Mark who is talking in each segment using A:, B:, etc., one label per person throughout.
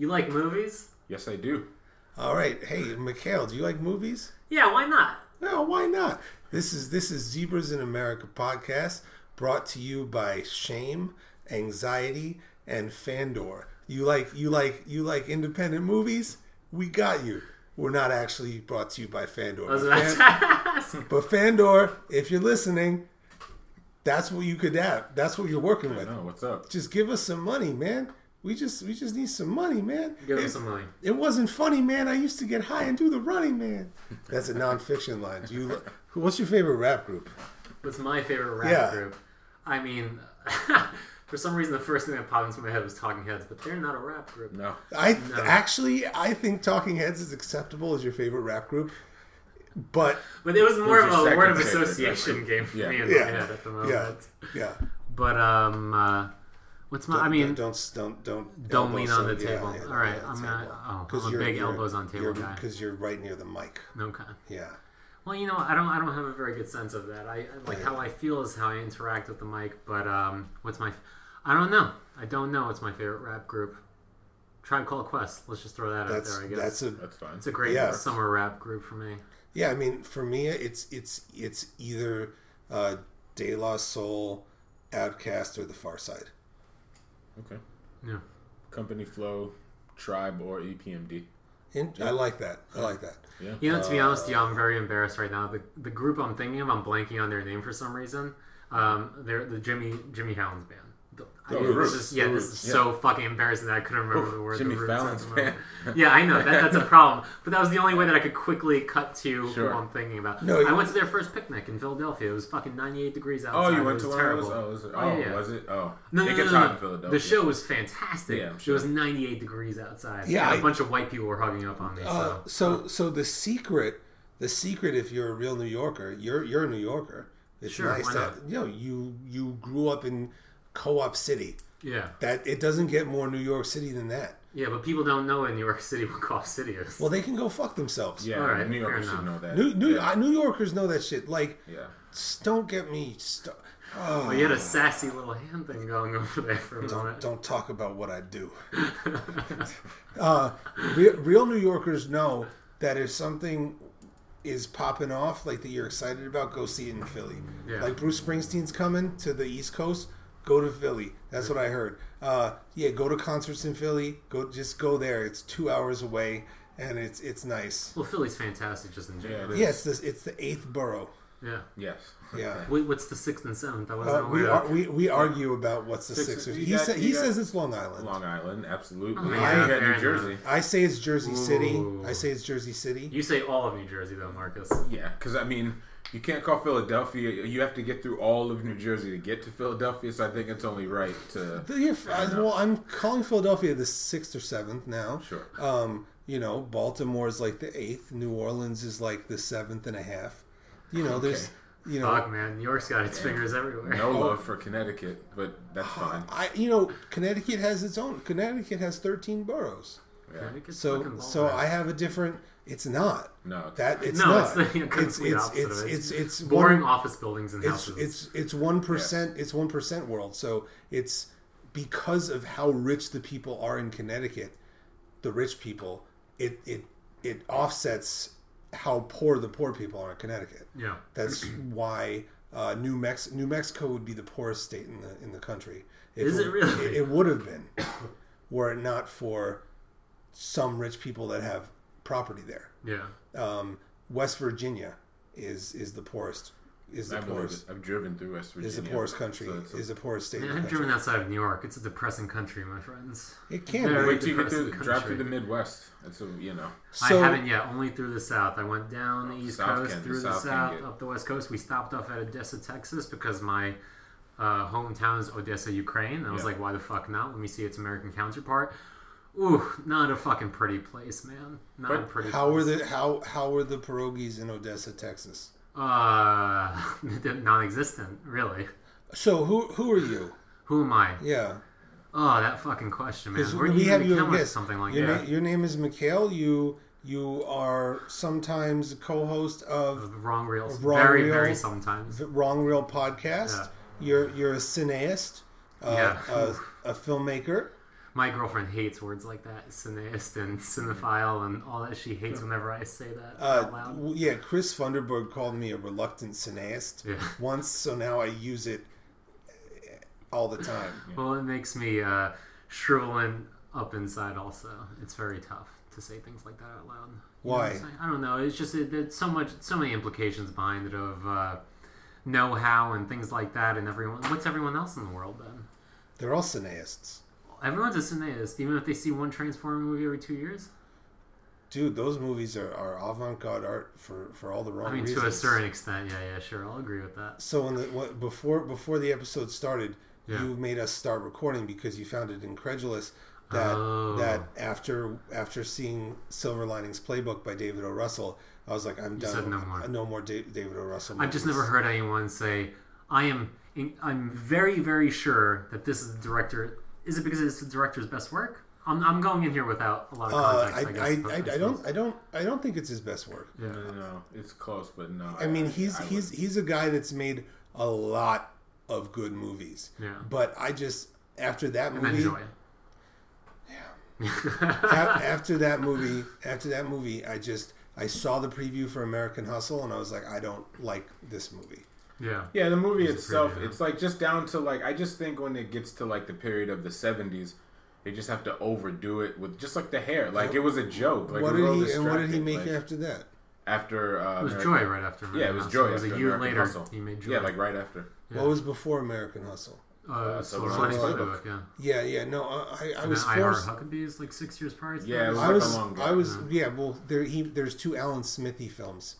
A: like movies?
B: Yes, I do.
C: All right, hey, Mikhail, do you like movies?
A: Yeah, why not?
C: No, why not? This is this is Zebras in America podcast brought to you by Shame, Anxiety, and Fandor. You like you like you like independent movies? We got you. We're not actually brought to you by Fandor.
A: I was
C: But
A: about
C: Fan-
A: to ask.
C: But Fandor, if you're listening, that's what you could have. That's what you're working with.
B: No, Oh, what's up?
C: Just give us some money, man. We just we just need some money, man.
A: Give
C: It-
A: him some money.
C: It wasn't funny, man. I used to get high and do the running man. That's a nonfiction line. Do you? who- What's your favorite rap group?
A: What's my favorite rap
C: Yeah.
A: group? I mean, for some reason, the first thing that popped into my head was Talking Heads, but they're not a rap group.
B: No.
C: I actually I think Talking Heads is acceptable as your favorite rap group, but
A: But it was more
B: Who's
A: of
B: your
A: a
B: second
A: word of
B: favorite rap
A: association
B: group?
A: game for
B: Yeah.
A: me in
C: Yeah.
A: my head at the moment.
C: yeah, yeah.
A: But um, uh, what's my? I mean,
C: don't don't don't
A: Don't lean on the table. All right, I'm not- oh, I'm a big elbows on table guy.
C: because you're right near the mic.
A: no kind.
C: Yeah.
A: Well, you know, I don't, I don't have a very good sense of that. I I- like how I feel is how I interact with the mic. But um, what's my? I don't know. I don't know. What's my favorite rap group? Tribe Called Quest. Let's just throw that
C: That's
A: out Ah, there. I guess
C: that's a
B: That's fine.
A: it's a great
C: yeah.
A: summer rap group for me.
C: Yeah, I mean, for me, it's it's it's either uh, De La Soul, Outcast, or The Far Side.
B: okay.
A: Yeah.
B: Company Flow, Tribe, or E EPMD.
C: And I like that. I like that.
B: Yeah.
A: You know, to be honest, yeah, I'm very embarrassed right now. The, the group I'm thinking of, I'm blanking on their name for some reason. Um, they're the Jimmy Jimmy Fallon's band. The, I-
B: Oh, The
A: this
B: Roots.
A: is- yeah,
B: The
A: this
B: Roots,
A: is
B: yeah.
A: so fucking embarrassing that I couldn't remember the word.
B: Jimmy
A: the Roots
B: Fallon's
A: at the moment.
B: band.
A: yeah, I know that, that's a problem. But that was the only way that I could quickly cut to
B: Sure.
A: who I'm thinking about.
C: No,
A: I
C: you-
A: went to their first picnic in Philadelphia. It was fucking 98 degrees
B: Oh,
A: outside.
B: you
A: it
B: went
A: was
B: to one
A: terrible.
B: of those? Oh, was it? Oh,
A: Oh, yeah, yeah.
B: was it? Oh.
A: No,
B: it
A: no, no,
B: gets
A: no,
B: hot
A: no.
B: in Philadelphia.
A: The show was fantastic.
B: Yeah, I'm
A: It
B: sure.
A: was 98 degrees outside.
C: Yeah,
A: and a
C: I-
A: bunch of white people were hugging up on me.
C: Uh,
A: so
C: so so the secret, the secret, if you're a real New Yorker, you're you're a New Yorker. It's
A: Sure,
C: nice
A: why
C: that you know you you grew up in Co-op City.
A: yeah,
C: That it doesn't get more New York City than that.
A: yeah, but people don't know in New York City what Cough City is.
C: Well, they can go fuck themselves.
B: Yeah,
A: All right,
B: New Yorkers
A: fair
B: should know
A: enough.
B: that.
C: New New,
B: yeah.
C: I, New Yorkers know that shit. Like,
B: yeah.
C: s- don't get me. St- oh.
A: Well, you had a sassy little hand thing going over there for a moment.
C: Don't talk about what I do. uh, re- real New Yorkers know that if something is popping off, like that you're excited about, go see it in Philly.
A: Yeah.
C: Like Bruce Springsteen's coming to the East Coast, go to Philly. That's what I heard. Uh, yeah, go to concerts in Philly. Go, just go there. It's two hours away, and it's it's nice.
A: Well, Philly's fantastic just in general.
B: Yeah.
C: Yeah, it's, this, it's the eighth borough.
A: Yeah.
B: Yes.
C: Yeah.
A: Wait, what's the sixth and seventh? I wasn't
C: Uh, we,
A: aware.
C: are, we we argue about what's the
B: Six-
C: Sixers.
B: you
C: He,
B: got-
C: sa-
B: you
C: he
B: got-
C: says it's Long Island.
B: Long Island, absolutely.
A: Oh,
B: You
A: yeah,
B: got
A: fair
B: New Jersey.
C: I say it's Jersey City.
A: Ooh.
C: I say it's Jersey City.
A: you say all of New Jersey though, Marcus.
B: Yeah, because I mean, you can't call Philadelphia. You have to get through all of New Jersey to get to Philadelphia. So I think it's only right to.
C: The- yeah, I- well, I'm calling Philadelphia the sixth or seventh now.
B: Sure.
C: Um, you know, Baltimore is like the eighth. New Orleans is like the seventh and a half. You know, there's, you know,
A: Fuck, man. New York's got its fingers everywhere.
B: No
C: Oh.
B: love for Connecticut, but that's
C: Ah,
B: fine.
C: I you know Connecticut has its own. Connecticut has 13 boroughs.
B: Yeah.
A: Connecticut's fucking
C: So
A: ball,
C: so
A: man.
C: I have a different. It's not
B: No, it's-
C: that it's
A: No,
C: not.
A: it's the complete
C: it's it's
A: opposite of
C: it's
A: it.
C: it's it's
A: boring
C: one-
A: office buildings and
C: it's
A: houses.
C: it's it's one percent it's one percent world so it's because of how rich the people are in connecticut the rich people it it it offsets how poor the poor people are in connecticut
A: yeah.
C: that's why uh, new mex new mexico would be the poorest state in the in the country If
A: Is it really?
C: it, it would have been were it not for some rich people that have property there
A: Yeah.
C: um, west virginia is is the poorest is the
B: I believe
C: poorest
B: it. I've driven through West Virginia.
C: is the poorest country,
B: So it's a-
C: is the poorest state. in
A: Man,
C: the
A: I've
C: country.
A: driven outside of New York. It's a depressing country, my friends.
C: It can
A: Very-
C: be.
B: Wait till you get through,
A: depressing
B: drive through
A: country.
B: the Midwest. That's a you know.
C: So,
A: I haven't yet. Only through the south. I went down the east
B: Oh, South
A: coast,
B: can-
A: through the
B: South can
A: south,
B: get-
A: up the west coast. We stopped off at Odessa, Texas, because my uh, hometown is Odessa, Ukraine. And I was
B: Yeah.
A: like, why the fuck not? Let me see its American counterpart. Ooh, not a fucking pretty place, man. Not a
B: But
A: pretty.
C: how were
A: place.
C: the how how were the pierogies in Odessa, Texas?
A: Uh, they're non-existent, really.
C: So who who are you?
A: Who am I?
C: Yeah,
A: Oh, that fucking question, man.
C: 'Cause
A: Where do you even come with
C: guest.
A: something like
C: your,
A: that?
C: na- your name is Mikhail. You you are sometimes co-host of
A: Wrong reels.
C: Wrong
A: very,
C: reel.
A: very sometimes.
C: the Wrong Reel podcast.
A: Yeah.
C: You're you're a cineast, uh,
A: Yeah.
C: a, a filmmaker.
A: my girlfriend hates words like that, cineast and cinephile and all that. She hates whenever I say that out
C: Mm-hmm. Uh,
A: loud.
C: w- yeah, Chris Funderburg called me a reluctant cineast
A: Yeah.
C: once, so now I use it eh, all the time.
A: Well, it makes me uh, shriveling up inside. Also, it's very tough to say things like that out loud. You know what
C: Why?
A: I'm saying? I don't know. It's just it, it's so much, so many implications behind it of uh, know-how and things like that. And everyone, what's everyone else in the world then?
C: They're all cineists.
A: Everyone's a cineast, even if they see one Transformer movie every two years.
C: Dude, those movies are, are avant-garde art for, for all the wrong
A: I mean,
C: reasons.
A: to a certain extent, yeah, yeah, sure, I'll agree with that.
C: So when the, what, before before the episode started,
A: Yeah.
C: you made us start recording because you found it incredulous that
A: Oh.
C: that after after seeing Silver Linings Playbook by David O. Russell, I was like, I'm done.
A: said no
C: with-
A: more.
C: No more da- David O. Russell.
A: I've just
C: movies.
A: never heard anyone say, "I am." In, I'm very, very sure that this is the director. Is it because it's the director's best work? I'm, I'm going in here without a lot of
C: Uh, I,
A: context.
C: I,
A: I, guess.
C: I, I don't I don't I don't think it's his best work.
A: Yeah.
B: No, no, no. It's close, but no.
C: I mean, he's
B: I
C: he's he's a guy that's made a lot of good movies.
A: Yeah.
C: But I just after that
A: And
C: movie,
A: enjoy.
C: a- after that movie, after that movie, I just I saw the preview for American Hustle and I was like, I don't like this movie.
A: Yeah.
B: Yeah, the movie
A: a
B: itself,
A: pretty, uh,
B: it's like just down to like I just think when it gets to like the period of the '70s, they just have to overdo it with just like the hair. Like it was a joke. Like
C: what
B: we
C: did
B: were all
C: he and what did he
B: distracted,
C: make
B: like,
C: after that?
B: after? Uh,
A: It was
B: American-
A: Joy right after.
B: Yeah, it
A: American
B: was
A: Hustle.
B: Joy.
A: It was
B: after
A: a year
B: American
A: later.
B: Hustle.
A: He made Joy.
B: Yeah, like right after.
A: Yeah.
C: What was before American Hustle?
A: uh,
B: Silver
A: Silver
B: Linings
A: Linings
B: Playbook.
A: Playbook. Yeah.
C: Yeah, yeah, no, I I, I
A: And
C: was
A: then I Heart
C: forced.
A: Huckabees like six years prior. To
B: Yeah,
A: that.
B: it was-
C: I was,
B: Like a long
C: I was,
A: drive.
C: yeah. Well, there, he, there's two Alan Smithy films.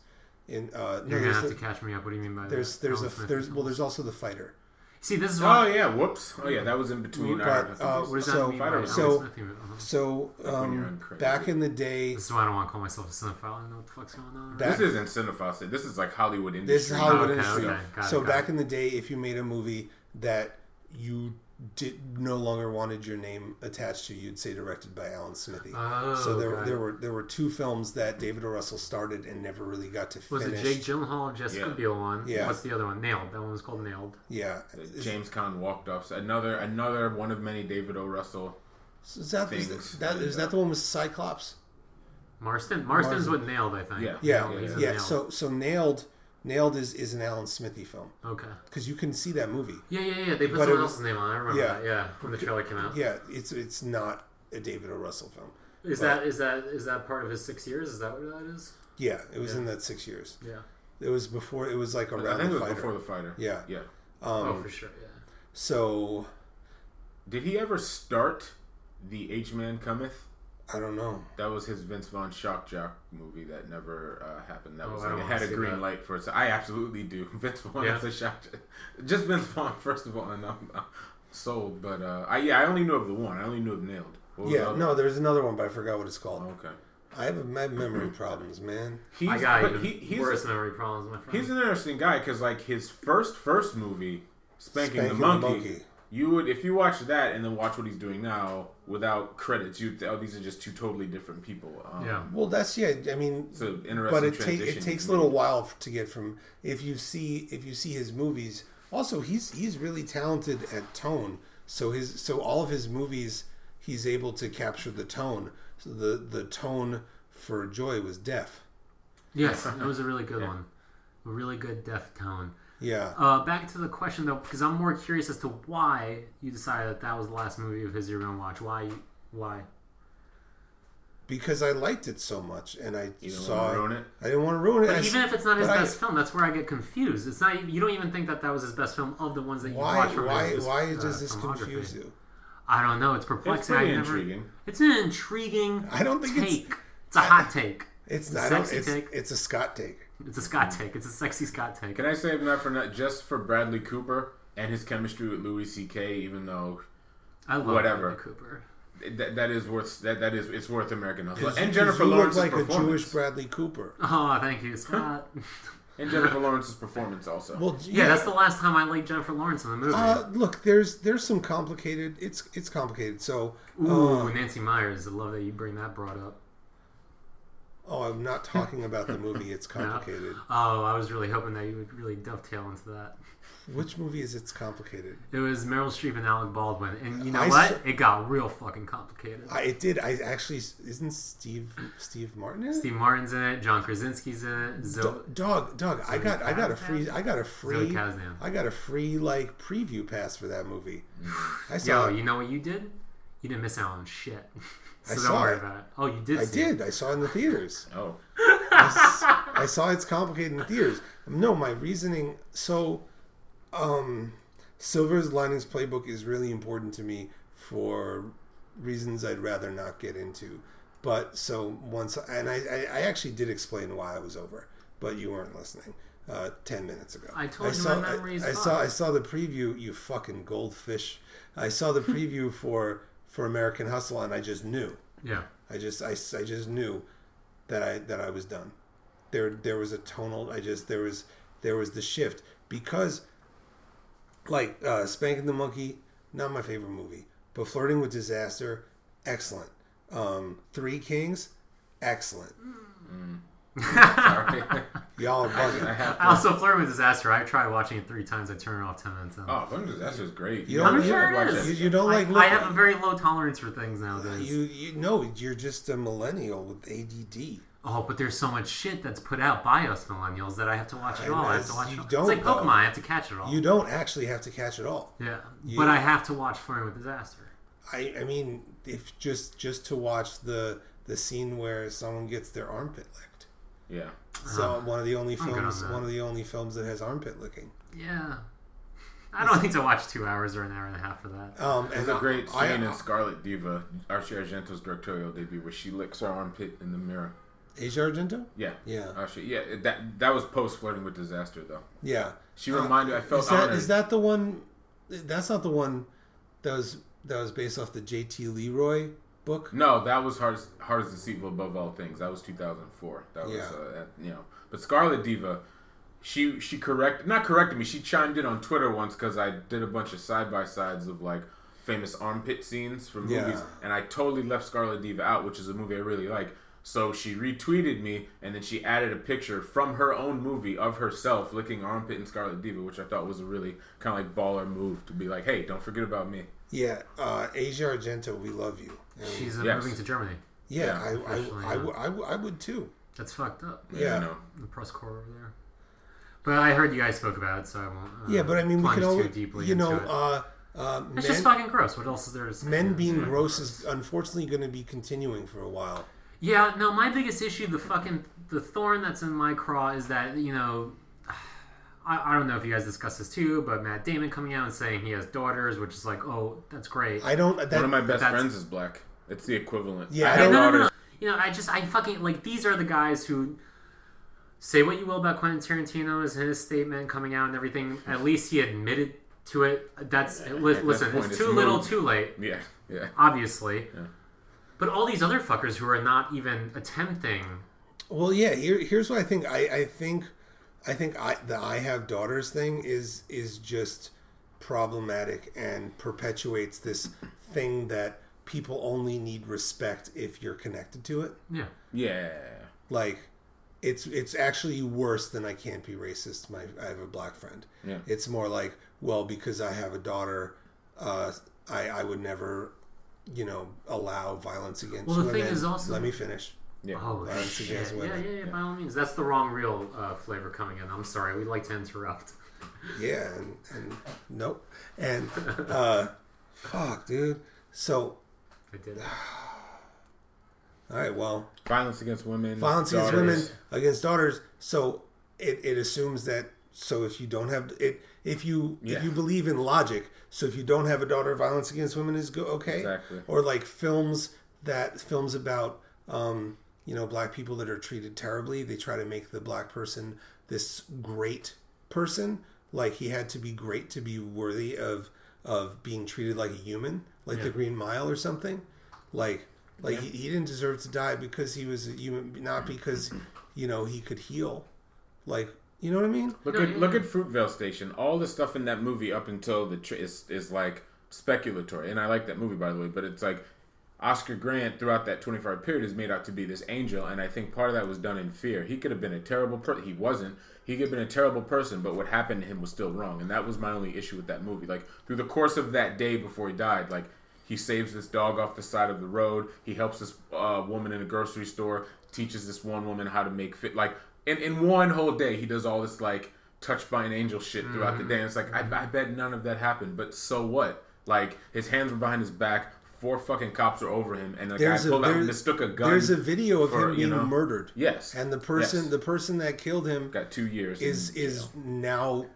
C: In uh, no,
A: You're gonna
C: there's,
A: have
C: the,
A: to catch me up. What do you mean by
C: there's
A: that?
C: there's
A: Alan
C: a
A: Smith
C: there's
A: film.
C: well, there's also the fighter.
A: See, this is
B: Oh
A: why.
B: yeah, whoops. Oh yeah, that was in between.
C: But,
B: Iron
C: uh,
B: Hustle.
A: What does that
C: so-
A: mean by Alan
C: so-
A: Smith film? Uh-huh.
C: So
B: when you're on
C: um,
B: credit.
C: back in the day,
A: This is why I don't want to call myself a cinephile. I don't know what the fuck's going on.
C: That-
A: Right?
B: this isn't cinephile. shit. This is like Hollywood industry.
C: this is Hollywood
A: okay,
C: industry.
A: okay, got it,
C: so
A: got
C: back
A: it.
C: in the day, if you made a movie that you did no longer wanted your name attached to, you'd say directed by Alan Smithy.
A: Oh,
C: so there,
A: okay.
C: there were there were two films that David O. Russell started and never really got to
A: Was
C: finish.
A: it Jake Gyllenhaal, Jessica
B: Yeah.
A: Biel one?
C: Yeah.
A: What's the other one? Nailed. That one was called Nailed.
C: yeah,
A: uh,
B: James Caan walked off. So another another one of many David O. Russell.
C: is that is
B: things.
C: that, is that the one with Cyclops?
A: Marston. Marston's what Nailed, I think.
B: Yeah.
C: Yeah,
A: Nailed, he's
C: yeah.
A: in Nailed.
C: So so nailed, nailed is is an Alan Smithy film
A: okay.
C: because you can see that movie.
A: Yeah, yeah, yeah. They put
C: But
A: someone
C: it was-
A: else's name on. it. I remember
C: Yeah.
A: that. Yeah, when the trailer came out.
C: Yeah, it's it's not a David O. Russell film.
A: Is that is that is that part of his six years? Is that what that is?
C: Yeah, it was in that six years.
A: Yeah.
C: It was before. It was like
B: I
C: around
B: think
C: the
B: it was
C: fighter.
B: before the fighter.
C: Yeah. um,
B: Yeah.
A: oh, for sure. Yeah.
C: So
B: Did he ever start the H Man Cometh?
C: I don't know.
B: That was his Vince Vaughn shock jock movie that never uh, happened. That
A: Oh,
B: was
A: I
B: like
A: don't
B: it
A: wanna
B: had a
A: see
B: green
A: that.
B: light for it. So I absolutely do. Vince Vaughn
A: Yeah.
B: is a shock. jock. Just Vince Vaughn, first of all, and I'm, I'm sold. But uh, I yeah, I only knew of the one. I only knew of Nailed. What was Oh. the
C: Yeah,
B: other
C: no, there's another one, but I forgot what it's called.
B: one? Okay.
C: I have my memory problems, man.
B: He's,
A: I got
B: but
A: even
B: he, he's
A: worse memory problems, my friend.
B: He's an interesting guy because like his first first movie, Spanking,
C: Spanking
B: the,
C: the
B: monkey,
C: Monkey.
B: you would if you watch that and then watch what he's doing now without credits, you'd oh these are just two totally different people. Um,
A: yeah.
C: Well, that's yeah. I mean,
B: it's an interesting.
C: but it, ta- it
B: transition
C: takes
B: he's
C: a
B: made.
C: little while f- to get from if you see if you see his movies. Also, he's he's really talented at tone. So his so all of his movies, he's able to capture the tone. So the the tone for Joy was deaf.
A: Yes, that was a really good one. A really good deaf tone.
C: Yeah.
A: Uh, back to the question though, because I'm more curious as to why you decided that that was the last movie of his you were gonna watch. Why? You, why?
C: because I liked it so much, and I
B: You don't
C: saw
B: wanna ruin it?
C: I didn't want to ruin it. I
A: But even
C: s-
A: if it's not his
C: but I-
A: best film, that's where I get confused. It's not. You don't even think that that was his best film of the ones that you
C: why
A: watch from
C: why
A: his,
C: why
A: uh,
C: does this
A: filmography.
C: confuse you?
A: I don't know. It's
B: It's
A: perplexing.
B: pretty
A: I never,
B: intriguing.
A: It's an intriguing.
C: I don't think it's-
A: take. it's. a hot take.
C: It's
A: It's a
C: not. I don't-
A: sexy
C: It's,
A: take.
C: it's a Scott take.
A: It's a Scott take. It's a sexy Scott take.
B: Can I say not for not just for Bradley Cooper and his chemistry with Louis C.K. Even though
A: I love
B: Whatever.
A: Bradley Cooper.
B: that, that is worth that that is it's worth American Hustle
C: You-
B: and Jennifer
C: you look
B: Lawrence's
C: like a
B: performance
C: Jewish Bradley Cooper.
A: Oh, thank you, Scott.
B: and Jennifer Lawrence's performance also.
C: Well,
A: yeah, that's the last time I liked Jennifer Lawrence in the movie.
C: Uh, look, there's there's some complicated. It's it's complicated. So
A: Ooh, Nancy Myers. I love that you bring that brought up.
C: Oh, I'm not talking about the movie. It's complicated.
A: Oh, I was really hoping that you would really dovetail into that.
C: Which movie is it's complicated?
A: It was Meryl Streep and Alec Baldwin, and you know
C: I
A: what?
C: saw-
A: It got real fucking complicated.
C: I, it did. I actually isn't Steve Steve Martin in it?
A: Steve Martin's in it. John Krasinski's in it. Zoe,
C: Do- dog, dog. I got I got a
A: Kazdan?
C: free I got a
A: Zoe
C: free
A: Kazdan.
C: I got a free like preview pass for that movie. I saw.
A: Yo,
C: it.
A: you know what you did? You didn't miss out on shit. so
C: I
A: don't
C: saw
A: worry
C: it.
A: about it. Oh, you did.
C: I
A: see it.
C: did. I saw it in the theaters.
B: Oh,
C: I, s- I saw it's complicated in the theaters. No, my reasoning. So, um, Silver's Linings Playbook is really important to me for reasons I'd rather not get into. But so once, and I, I, I actually did explain why I was over, but you weren't listening. Uh, ten minutes ago,
A: I told you my memory is
C: I, I
A: fucked.
C: saw. I saw the preview. You fucking goldfish. I saw the preview for for American Hustle, and I just knew.
A: Yeah.
C: I just I, I just knew that I that I was done. There there was a tonal I just there was there was the shift because like uh Spanking the Monkey, not my favorite movie, but Flirting with Disaster, excellent. Um Three Kings, excellent.
B: sorry.
C: Y'all are
B: I
C: bugging.
B: have
A: I also flirt with disaster. I try watching it three times. I turn it off ten minutes in.
B: Oh, Venom Disaster is great.
C: You don't-
B: I'd
C: I'm sure
A: it
B: watch
A: is.
C: You,
B: that.
C: you don't like
A: I,
C: look
A: I have a very low tolerance for things nowadays.
C: you you know you're just a millennial with ADD.
A: oh, but there's so much shit that's put out by us millennials that I have to watch it all. I have to watch
C: you
A: it all.
C: don't,
A: it's like
C: though.
A: Pokemon. I have to catch it all.
C: You don't actually have to catch it all.
A: yeah.
C: you-
A: But I have to watch Flirting with Disaster.
C: I, I mean, if just just to watch the the scene where someone gets their armpit licked.
B: Yeah.
C: So one of the only
A: I'm good on
C: films,
A: that.
C: one of the only films that has armpit licking.
A: Yeah. I don't need to watch two hours or an hour and a half for that.
C: Um, and
B: There's a great
C: I-
B: scene in
C: I-
B: Scarlet Diva, Archie Argento's directorial debut, where she licks her armpit in the mirror.
C: Asia Argento.
B: Yeah.
C: Yeah.
B: Archie, Oh, yeah, that that was post flirting with disaster though.
C: Yeah,
B: She reminded I felt
C: is that
B: honored.
C: is that the one? That's not the one that was that was based off the J.T. Leroy book.
B: no, that was hard as, hard as deceitful above all things. That was 2004. That was
C: Yeah.
B: uh, that- you know. But Scarlet Diva, she she correct not corrected me. She chimed in on Twitter once because I did a bunch of side by sides of like famous armpit scenes from
C: Yeah.
B: movies, and I totally left Scarlet Diva out, which is a movie I really like. So she retweeted me, and then she added a picture from her own movie of herself licking armpit in Scarlet Diva, which I thought was a really kind of like baller move to be like, hey, don't forget about me.
C: Yeah, uh, Asia Argento, we love you. And
A: She's uh,
B: yes.
A: moving to Germany.
C: yeah,
B: Yeah,
C: I, I,
A: actually,
C: I,
A: yeah.
C: w- I w- I would too.
A: That's fucked up.
C: Yeah.
B: You know.
A: The press corps over there. But I heard you guys spoke about it, so I won't. Uh,
C: Yeah, but I mean, we
A: plunge
C: can
A: too
C: always,
A: deeply
C: you know,
A: into it.
C: uh, uh,
A: it's
C: men-
A: just fucking gross. What else is there? To say?
C: Men
B: Mm-hmm.
C: being gross is unfortunately going to be continuing for a while.
A: Yeah, no, my biggest issue, the fucking the thorn that's in my craw is that, you know, I, I don't know if you guys discussed this too, but Matt Damon coming out and saying he has daughters, which is like, oh, that's great.
C: I don't. That,
B: One of my best
A: that's-
B: friends is black. It's the equivalent.
C: Yeah,
B: I
C: I
B: have
C: don't-
A: no, no, no,
B: daughters.
A: no. You know, I just, I fucking, like, these are the guys who say what you will about Quentin Tarantino is his statement coming out and everything. At least he admitted to it. That's, li- listen,
B: point,
A: it's
B: it's
A: too little,
B: moved.
A: too late.
B: Yeah, yeah.
A: obviously. But all these other fuckers who are not even attempting.
C: well, yeah. Here, here's what I think. I, I think, I think I, the "I have daughters" thing is is just problematic and perpetuates this thing that people only need respect if you're connected to it.
A: Yeah.
B: Yeah.
C: Like, it's it's actually worse than "I can't be racist." My I have a black friend.
B: Yeah.
C: It's more like, well, because I have a daughter, uh, I I would never, you know, allow violence against
A: Well, the
C: women.
A: thing is also-
C: Let me finish.
B: Yeah.
A: Oh
C: Violence
A: shit!
C: against
A: Yeah, yeah,
C: women.
A: yeah. By all means, that's the wrong real uh, flavor coming in. I'm sorry, we like to interrupt.
C: Yeah, and, and nope, and uh, fuck, dude. So,
A: I did. it.
C: all right, well,
B: Violence against women.
C: violence against
B: daughters.
C: women against daughters. So it, it assumes that. So if you don't have it, if you
B: Yeah.
C: if you believe in logic, so if you don't have a daughter, violence against women is go okay.
B: Exactly.
C: Or like films that films about um, you know black people that are treated terribly. They try to make the black person this great person, like he had to be great to be worthy of of being treated like a human, like the Green Mile or something. Like like he, he didn't deserve to die because he was a human, not because you know he could heal. Like you know what I mean?
B: Look
A: No,
B: at
A: yeah,
B: look
A: yeah.
B: at Fruitvale Station. All the stuff in that movie up until the tr- is is like speculatory, and I like that movie by the way. But it's like Oscar Grant throughout that 24 hour period is made out to be this angel, and I think part of that was done in fear. He could have been a terrible person. He wasn't. He could have been a terrible person, but what happened to him was still wrong, and that was my only issue with that movie. Like through the course of that day before he died, like he saves this dog off the side of the road. He helps this uh, woman in a grocery store. Teaches this one woman how to make fit. Like in in one whole day, he does all this like touched by an angel shit throughout
C: Mm-hmm.
B: the day. And it's like I, I bet none of that happened, but so what? Like his hands were behind his back. Four fucking cops are over him, and like guy
C: There's a-
B: pulled out and
C: there's-
B: mistook a gun.
C: There's a video of
B: for,
C: him
B: you
C: being
B: know-
C: murdered.
B: Yes,
C: And the person
B: Yes.
C: the person that killed him
B: got two years
C: is
B: in
C: is now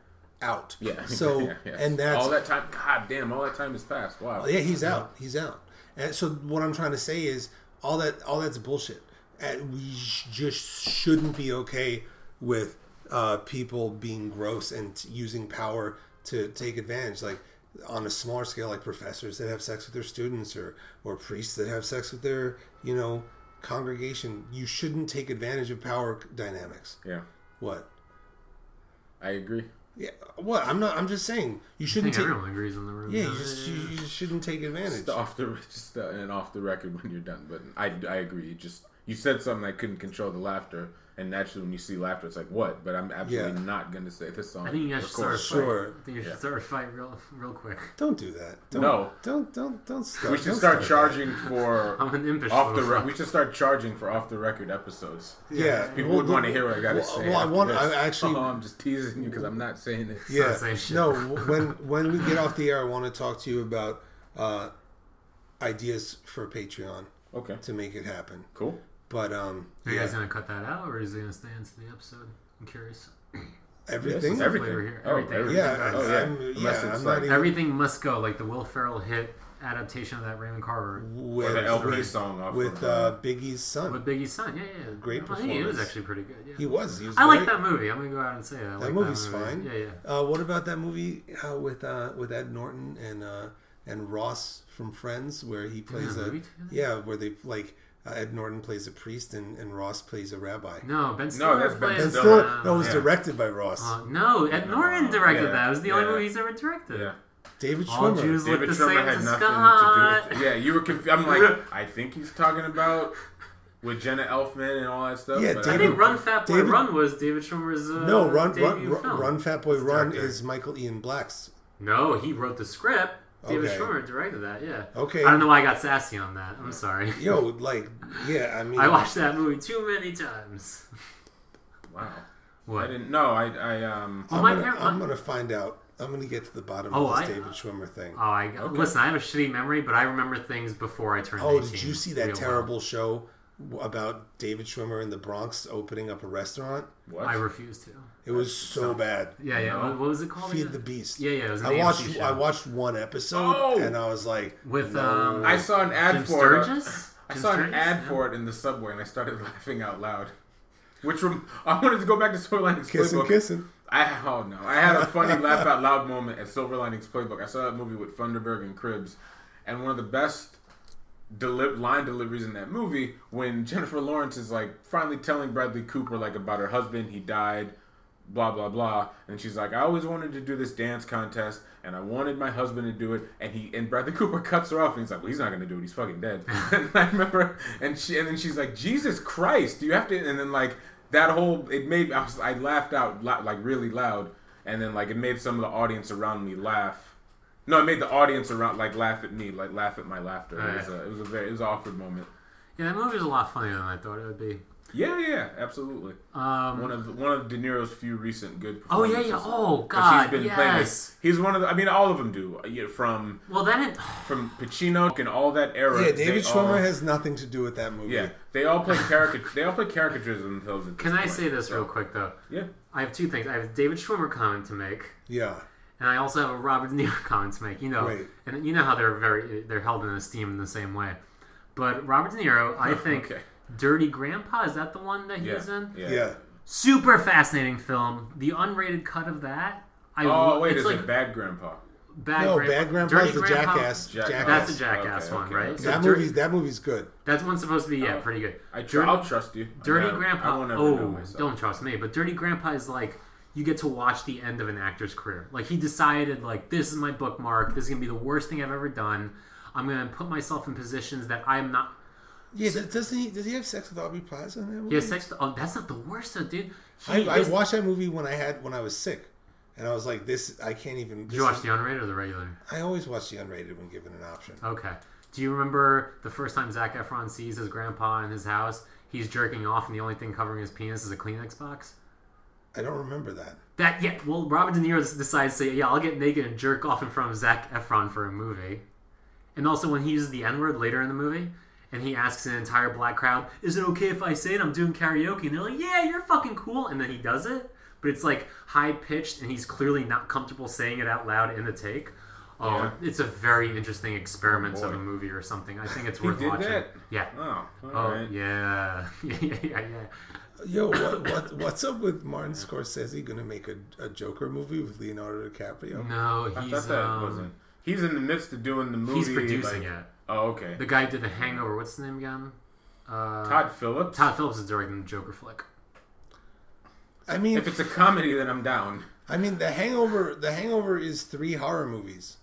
C: out.
B: Yeah.
C: So
B: Yeah, yeah.
C: and that's
B: all that time. God damn, all that time has passed. Wow.
C: yeah, he's out. He's out. And so what I'm trying to say is all that all that's bullshit. And we sh- just shouldn't be okay with uh, people being gross and t- using power to take advantage, like on a smaller scale, like professors that have sex with their students or or priests that have sex with their you know congregation. You shouldn't take advantage of power dynamics.
B: Yeah,
C: What?
B: I agree.
C: Yeah. What? I'm not. I'm just saying you
A: I
C: shouldn't
A: think
C: take.
A: everyone agrees in the room.
C: Yeah,
A: now.
C: you just, you, you just shouldn't take advantage.
B: Just off the just uh, and off the record when you're done. But I, I agree. You just you said something I couldn't control the laughter, and naturally when you see laughter, it's like what? But I'm absolutely
C: Yeah.
B: not going to say this song.
A: I think you guys
B: of
A: should start a
B: course.
A: fight.
C: Sure.
A: I think you should start a fight real, real quick.
C: Don't do that. Don't,
B: No.
C: Don't don't don't start.
B: We should
C: don't
B: start
C: that.
B: charging for
A: I'm an impish
B: off the.
A: little
B: Re-
A: fuck.
B: we should start charging for off the record episodes.
C: Yeah,
B: People
C: Well,
B: would want to hear what I got to
C: well,
B: say.
C: Well, I
B: after
C: want.
B: this.
C: I actually.
B: Oh, I'm just teasing you because I'm not saying it.
C: yeah.
A: Start saying shit.
C: No. When when we get off the air, I want to talk to you about uh, ideas for Patreon
B: Okay.
C: to make it happen.
B: Cool.
C: But um,
A: Are you guys
C: yeah,
A: gonna cut that out, or is it gonna stay into the episode? I'm curious.
C: everything.
B: Yes, everything.
A: Flavor here.
B: Oh,
A: Everything.
B: everything.
C: Yeah,
B: Oh,
C: I'm- yeah,
B: Unless it's
C: I'm not
B: like,
C: even-
A: Everything must go, like the Will Ferrell hit adaptation of that Raymond Carver
C: With,
B: the LP
C: with,
B: song off
C: with
B: of,
C: uh, Biggie's son,
A: with Biggie's son. Yeah, yeah. yeah.
C: Great
A: I think it was
C: performance.
A: actually pretty good. Yeah.
C: he was. He was
A: I like
C: great.
A: that movie. I'm gonna go out and say that. I like
C: That movie's
A: movie.
C: fine.
A: Yeah, yeah.
C: Uh, what about that movie uh, with uh, with Ed Norton and uh, and Ross from Friends, where he plays
A: a
C: a
A: movie together?
C: yeah, where they like uh, Ed Norton plays a priest and, and Ross plays a rabbi.
A: No, Ben Stiller.
B: that's Ben
A: plays-
C: And
B: Stiller.
C: still,
A: Uh,
C: that was
B: yeah.
C: directed by Ross.
A: uh, no, Ed Norton directed
B: Yeah,
A: that. It was the only
B: yeah.
A: movie he's ever directed.
B: yeah.
C: David
A: All
C: Schwimmer.
A: Jews look the
B: David Schwimmer
A: same
B: had
A: to
B: nothing
A: Scott.
B: to do with it. Yeah, you were confused. I'm like, I think he's talking about with Jenna Elfman and all that stuff.
C: Yeah,
B: but
A: I
B: I
C: David-
A: think
B: don't-
A: Run Fat Boy
C: David-
A: Run was David Schwimmer's uh,
C: no, Run Run,
A: debut
C: Run,
A: film.
C: Run Fat Boy Run
B: director.
C: is Michael Ian Black's.
A: No, he wrote the script. David
C: Okay.
A: Schwimmer directed that. Yeah.
C: Okay.
A: I don't know why I got sassy on that. I'm sorry.
C: Yo, like, yeah, I mean,
A: I watched that movie too many times.
B: Wow. I
A: What?
B: didn't know. I, I um.
C: I'm,
A: my
C: gonna,
A: parent-
C: I'm gonna find out. I'm gonna get to the bottom
A: Oh,
C: of this
A: I-
C: David Schwimmer thing.
A: Oh, I listen. I have a shitty memory, but I remember things before I turned.
C: Oh,
A: 18
C: did you see that
A: real
C: terrible show w- about David Schwimmer in the Bronx opening up a restaurant?
B: What?
A: Well. I refuse to.
C: It was so bad.
A: Yeah, yeah.
B: No.
A: What, what was it called?
C: Feed
A: again?
C: the Beast.
A: Yeah, yeah. It was an
C: I
A: AMC
C: watched.
A: show.
C: I watched one episode,
B: Oh!
C: and I was like,
A: with
C: no.
A: um,
B: I saw an ad
A: Jim
B: for it.
A: Sturgis.
B: I
A: Jim
B: saw an
A: Sturgis?
B: ad
A: Yeah.
B: for it in the subway, and I started laughing out loud. Which rem- I wanted to go back to Silver Linings
C: kissing,
B: Playbook.
C: kissing.
B: I oh no, I had a funny laugh out loud moment at Silver Linings Playbook. I saw that movie with Thunderberg and Cribs, and one of the best deli- line deliveries in that movie when Jennifer Lawrence is like finally telling Bradley Cooper like about her husband, he died, blah blah blah, and she's like, I always wanted to do this dance contest, and I wanted my husband to do it, and he and Bradley Cooper cuts her off, and he's like, Well, he's not gonna do it, he's fucking dead. and I remember, and she and then she's like, Jesus Christ, you have to, and then like that whole it made I, was, I laughed out lou- like really loud, and then like it made some of the audience around me laugh. No, it made the audience around like laugh at me, like laugh at my laughter. It was a, it was a very, it was an awkward moment.
A: Yeah, that movie was a lot funnier than I thought it would be.
B: Yeah, yeah, absolutely.
A: Um,
B: One of one of De Niro's few recent good.
A: Oh, yeah, yeah.
B: performances.
A: Oh,
B: 'Cause
A: God,
B: like-
A: yes.
B: he's one of the. I mean, all of them do. uh, Yeah, From
A: well, then it,
B: from Pacino and all that era.
C: Yeah,
B: they
C: David Schwimmer
A: uh,
B: all-
C: has nothing to do with that movie.
B: Yeah, they all play caricature. they all play caricatures of themselves. At this
A: can I
B: point.
A: say this real quick though?
B: Yeah.
A: I have two things. I have a David Schwimmer comment to make.
C: yeah.
A: and I also have a Robert De Niro comment to make. You know,
C: Right.
A: and you know how they're very they're held in esteem in the same way. But Robert De Niro, I think
B: Okay.
A: Dirty Grandpa is that the one that he
B: Yeah.
A: was in?
B: Yeah.
C: Yeah.
A: Super fascinating film. The unrated cut of that. I
B: Oh
A: lo-
B: wait,
A: it's
B: is
A: like
B: it Bad Grandpa?
A: bad,
C: No,
A: Grandpa-
C: Bad Grandpa's
A: Dirty
C: the
A: Grandpa-
C: jackass.
B: Jackass.
A: That's a
C: Jackass.
A: jackass
B: Okay,
A: one,
B: okay,
A: right?
B: okay. Oh.
A: So
C: That
A: Dirty-
C: movie's that movie's good.
A: that's one supposed to be yeah, pretty good.
B: I tr-
A: Dirty-
B: I'll trust you.
A: Dirty
B: I mean, I- I
A: Grandpa.
B: won't ever know
A: oh,
B: myself.
A: don't trust me. But Dirty Grandpa is like you get to watch the end of an actor's career. Like he decided, like this is my bookmark. This is gonna be the worst thing I've ever done. I'm gonna put myself in positions that I'm not.
C: Yeah, that- doesn't he? Does he have sex with Aubrey Plaza in that movie?
A: Yeah, sex. Oh, that's not the worst though, dude. He
C: I, I
A: is-
C: watched that movie when I had when I was sick, and I was like, "This I can't even."
A: Did
C: This
A: you watch
C: is-
A: the unrated or the regular?
C: I always watch the unrated when given an option.
A: Okay. Do you remember the first time Zach Efron sees his grandpa in his house? He's jerking off, and the only thing covering his penis is a Kleenex box.
C: I don't remember that.
A: That yeah. Well, Robert De Niro decides to say, "Yeah, I'll get naked and jerk off in front of Zach Efron for a movie." And also, when he uses the N word later in the movie, and he asks an entire black crowd, "Is it okay if I say it? I'm doing karaoke," and they're like, "Yeah, you're fucking cool," and then he does it, but it's like high pitched, and he's clearly not comfortable saying it out loud in the take. Oh,
B: Yeah.
A: it's a very interesting experiment
B: Oh,
A: of
B: boy.
A: a movie or something. I think it's worth
B: did
A: watching.
B: that?
A: Yeah.
B: Oh, all
A: Oh
B: right.
A: yeah. yeah, yeah, yeah, yeah.
C: Yo, what, what what's up with Martin Scorsese gonna make a, a Joker movie with Leonardo DiCaprio?
A: No,
B: I
A: he's
B: thought that
A: um,
B: wasn't. He's in the midst of doing the movie.
A: he's producing
B: like-
A: it.
B: Oh, okay.
A: The guy who did The Hangover. What's his name again? Uh,
B: Todd Phillips.
A: Todd Phillips is directing the Joker flick.
C: I mean,
B: If it's a comedy, then I'm down.
C: I mean, The Hangover. The Hangover is three horror movies.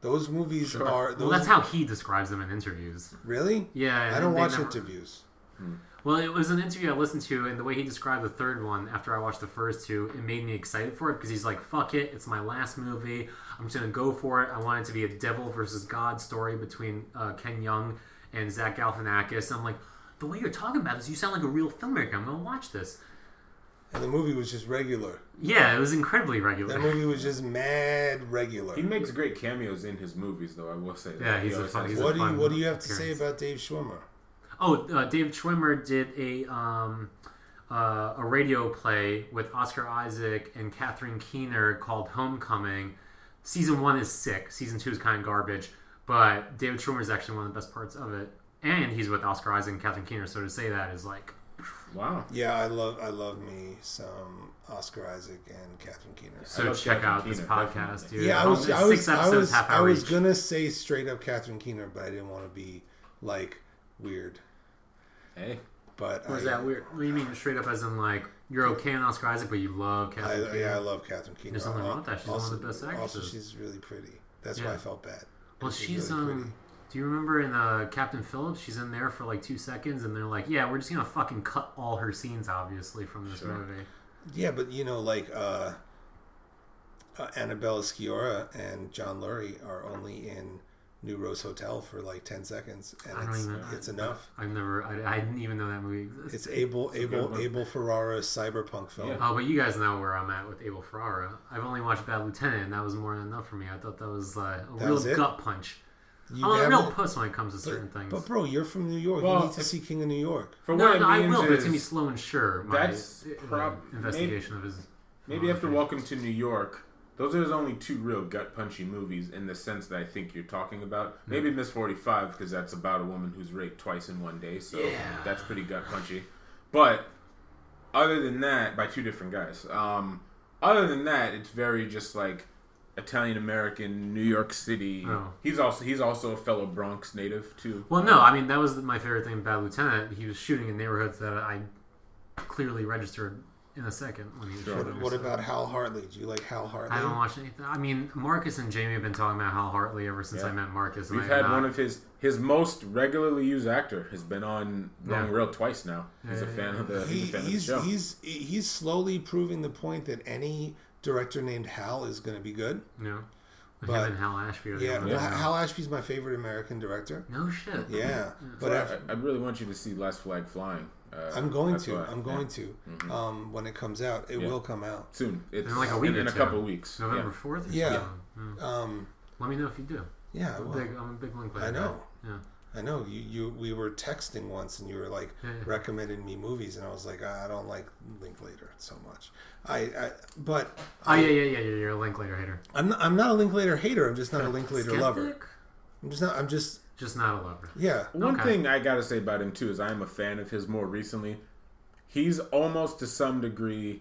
C: Those movies are those
A: Well, that's how he describes them in interviews.
C: really.
A: Yeah,
C: I don't
A: they
C: watch
A: never-
C: interviews.
A: Well, it was an interview I listened to, and the way he described the third one after I watched the first two, it made me excited for it because he's like, "Fuck it, it's my last movie. I'm just gonna go for it. I want it to be a devil versus God story between uh, Ken Young and Zach Galifianakis." I'm like, the way you're talking about this, you sound like a real filmmaker. I'm gonna watch this.
C: And the movie was just regular.
A: Yeah, it was incredibly regular.
C: That movie was just mad
B: He
C: regular.
B: makes great cameos in his movies, though. I will say that.
A: Yeah,
B: He
A: he's a
B: always
A: fun-
B: has
A: he's a
B: that.
C: What do you
A: fun
C: What do you have to say
A: appearance.
C: about Dave Schwimmer?
A: Oh, uh, David Schwimmer did a um, uh, a radio play with Oscar Isaac and Catherine Keener called Homecoming. Season one is sick. Season two is kind of garbage, but David Schwimmer is actually one of the best parts of it. And he's with Oscar Isaac and Catherine Keener, so to say that is like,
B: Wow.
C: Yeah, I love I love me some Oscar Isaac and Catherine Keener.
A: so
B: love
A: check
B: Catherine
A: out this
B: Keener,
A: podcast,
B: definitely.
A: dude.
C: Yeah, I
A: Um,
C: was
A: it's
C: I was
A: six
C: I
A: episodes,
C: was,
A: half
C: I
A: hour
C: was
A: each.
C: gonna say straight up Catherine Keener, but I didn't want to be like weird.
B: Hey.
C: But
A: Or
C: I,
A: is that weird? What do you mean straight up? As in like you're okay on Oscar Isaac, but you love
C: I,
A: Catherine Keener?
C: yeah, I love Catherine Keener.
A: There's nothing wrong with that. She's one of
C: Also-
A: the best
C: Also,
A: actresses.
C: she's really pretty. That's why
A: Yeah.
C: I felt bad.
A: Well,
C: She's
A: she's
C: really
A: um.
C: pretty.
A: Do you remember in uh, Captain Phillips? She's in there for like two seconds, and they're like, "Yeah, we're just gonna fucking cut all her scenes, obviously, from this
B: Sure.
A: movie."
C: Yeah, but you know, like uh, uh, Annabella Sciorra and John Lurie are only in New Rose Hotel for like ten seconds, and
A: I don't
C: it's,
A: even-
C: it's enough.
A: I've never, I, I didn't even know that movie existed.
C: It's Abel
B: good
C: Abel
B: one.
C: Abel Ferrara's cyberpunk film.
B: Yeah.
A: Oh, but you guys know where I'm at with Abel Ferrara. I've only watched Bad Lieutenant, and that was more than enough for me. I thought that was uh, a
C: That
A: real
C: was it?
A: gut punch.
C: You
A: I'm a
C: haven't-
A: real puss when it comes to certain things.
C: But bro, you're from New York.
B: Well,
C: you need to
B: if-
C: see King of New York.
B: For
A: no,
B: what
A: no,
B: it
A: I
B: means
A: will, but it's
B: is
A: gonna be slow and sure. My
B: That's
A: uh,
B: prob-
A: investigation of his.
B: maybe after Welcome to New York, those are his only two real gut punchy movies in the sense that I think you're talking about. Maybe Miss Forty Five because that's about a woman who's raped twice in one day, so
A: Yeah.
B: that's pretty gut punchy. But other than that, by two different guys. Um, other than that, it's very just like Italian American New York City.
A: Oh.
B: He's also he's also a fellow Bronx native too.
A: Well, no, I mean that was my favorite thing about Lieutenant. He was shooting in neighborhoods that I clearly registered in a second when he was
B: Sure.
A: shooting.
C: What, what about Hal Hartley? Do you like Hal Hartley?
A: I don't watch anything. I mean, Marcus and Jamie have been talking about Hal Hartley ever since
B: Yeah.
A: I met Marcus. and
B: We've
A: I have
B: had one
A: not-
B: of his his most regularly used actor has been on Wrong
A: Yeah.
B: Rail twice now. He's a
A: Yeah,
B: fan
A: yeah,
B: of the he's,
C: He,
B: a fan of the
C: he's
B: show.
C: he's he's slowly proving the point that any director named Hal is going to be good.
A: no.
C: But-
A: him and Hal Ashby. Are the
C: Yeah,
A: only
C: well,
A: ones.
C: Hal Ashby's my favorite American director.
A: No shit.
C: Yeah, but
B: but
C: af-
B: Mm-hmm. I, I really want you to see Last Flag Flying. Uh,
C: I'm going
B: that's
C: to.
B: why.
C: I'm
B: Yeah. Mm-hmm.
C: going to. Um, when it comes out, it
B: Yeah.
C: will come out.
B: soon. It's
A: In like a week
B: in,
A: or
B: in a
A: two.
B: couple weeks.
A: November
B: Yeah.
A: fourth.
C: Yeah.
B: Mm-hmm.
A: Mm.
C: Um,
A: Let me know if you do.
C: yeah, I
A: I'm a
C: will.
A: big, I'm a big link player.
C: I know.
A: Yeah.
C: I know. You, you, we were texting once, and you were like
B: Hmm.
A: Yeah.
C: recommending me movies, and I was like, I don't like Linklater so much. I, I but
A: Oh
C: I,
A: yeah, yeah, yeah. You're, you're a link later hater.
C: I'm not, I'm not a Linklater hater. I'm just not a Linklater lover.
A: Skeptic?
C: I'm just not. I'm just
A: Just not a lover.
C: yeah.
B: One
A: Okay.
B: thing I gotta say about him too is I am a fan of his more recently. He's almost to some degree